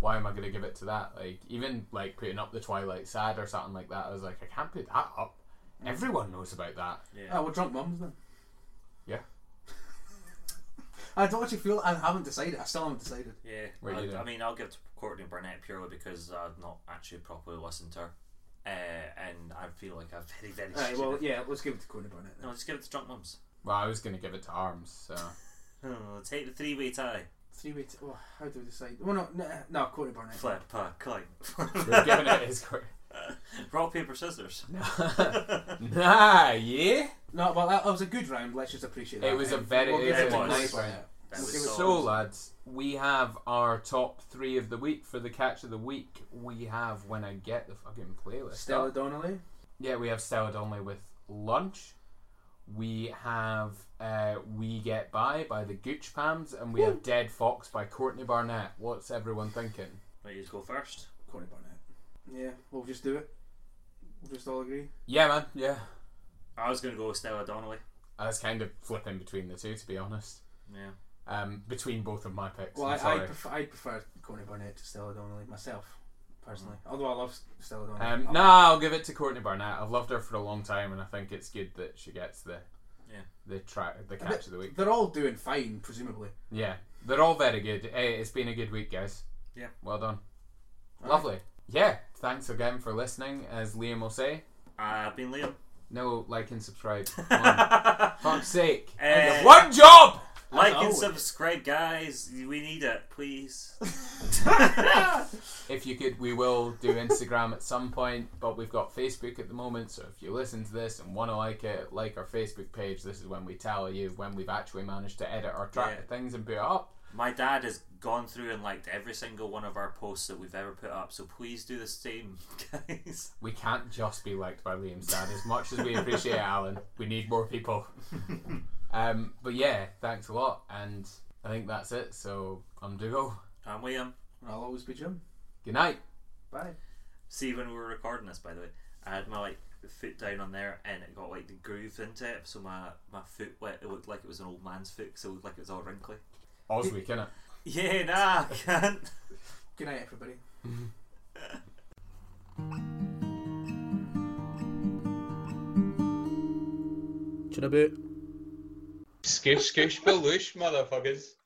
D: why am I going to give it to that?" Like even like putting up the Twilight Sad or something like that, I was like, "I can't put that up." Everyone knows about that.
C: Yeah.
B: Oh, well, Drunk Mums then.
D: Yeah.
B: I don't actually feel. I haven't decided. I still haven't decided.
C: Yeah,
D: What do you
C: I, I
D: do?
C: mean, I'll give it to Courtney Barnett purely because I've not actually properly listened to her, uh, and I feel like I've very, very.
B: Alright,
C: stupid-
B: well, yeah, let's give it to Courtney Barnett then.
C: No, just give it to Drunk Mums.
D: Well, I was going to give it to Arms, so
C: Oh, take the three-way tie.
B: Three way. T- oh, how do we decide? Well, no, no, no Courtney Barnett.
C: Flip a coin.
D: we're giving it his. Court-
C: Rock paper scissors.
D: nah, yeah.
B: No, well, that, that was a good round. Let's just appreciate that.
D: It was a
B: Um,
D: very-
B: we'll give
C: it
B: to
C: was.
B: Courtney Barnett.
C: That
B: We'll
C: was
B: give it-
C: solid.
D: So, lads, we have our top three of the week for the catch of the week. We have when I get the fucking playlist.
B: Stella
D: up.
B: Donnelly.
D: Yeah, we have Stella Donnelly with lunch. We have uh, We Get By by the Gooch Pams, and we have Dead Fox by Courtney Barnett. What's everyone thinking?
C: Right, you go first.
B: Courtney Barnett. Yeah, we'll just do it. We'll just all agree.
D: Yeah, man. Yeah,
C: I was going to go with Stella Donnelly.
D: I was kind of flipping between the two, to be honest.
C: Yeah.
D: Um, between both of my picks.
B: Well,
D: I'm
B: I, I,
D: sorry.
B: prefer, I prefer Courtney Barnett to Stella Donnelly myself, personally. Although I love Stella Donnelly.
D: Um,
B: I-
D: nah, I'll give it to Courtney Barnett. I've loved her for a long time, and I think it's good that she gets the
C: Yeah.
D: the track the
B: but
D: catch of the week.
B: They're all doing fine, presumably.
D: Yeah, they're all very good. Hey, it's been a good week, guys.
C: Yeah.
D: well done. Lovely. Yeah, thanks again for listening. As Liam will say,
C: I've been Liam.
D: no, like and subscribe. Come on. Fuck's sake!
C: Eh.
D: One job.
C: like and
B: always.
C: subscribe, guys. We need it, please.
D: If you could, we will do Instagram at some point, but we've got Facebook at the moment. So if you listen to this and want to like it, like our Facebook page. This is when we tell you when we've actually managed to edit or track
C: Yeah.
D: the things and put it up.
C: My dad has gone through and liked every single one of our posts that we've ever put up, so please do the same, guys.
D: We can't just be liked by Liam's dad. As much as we appreciate Alan, we need more people. um, but yeah, thanks a lot, and I think that's it. So I'm Dougal.
C: And William,
B: I'll always be Jim.
D: Good night.
B: Bye.
C: see when we were recording this, by the way, I had my like foot down on there and it got like the groove into it, so my my foot went, it looked like it was an old man's foot, so it looked like it was all wrinkly.
D: Osweek, innit?
C: Yeah, nah, I can't.
B: Good night, everybody.
A: Scoosh, scoosh, baloosh, motherfuckers.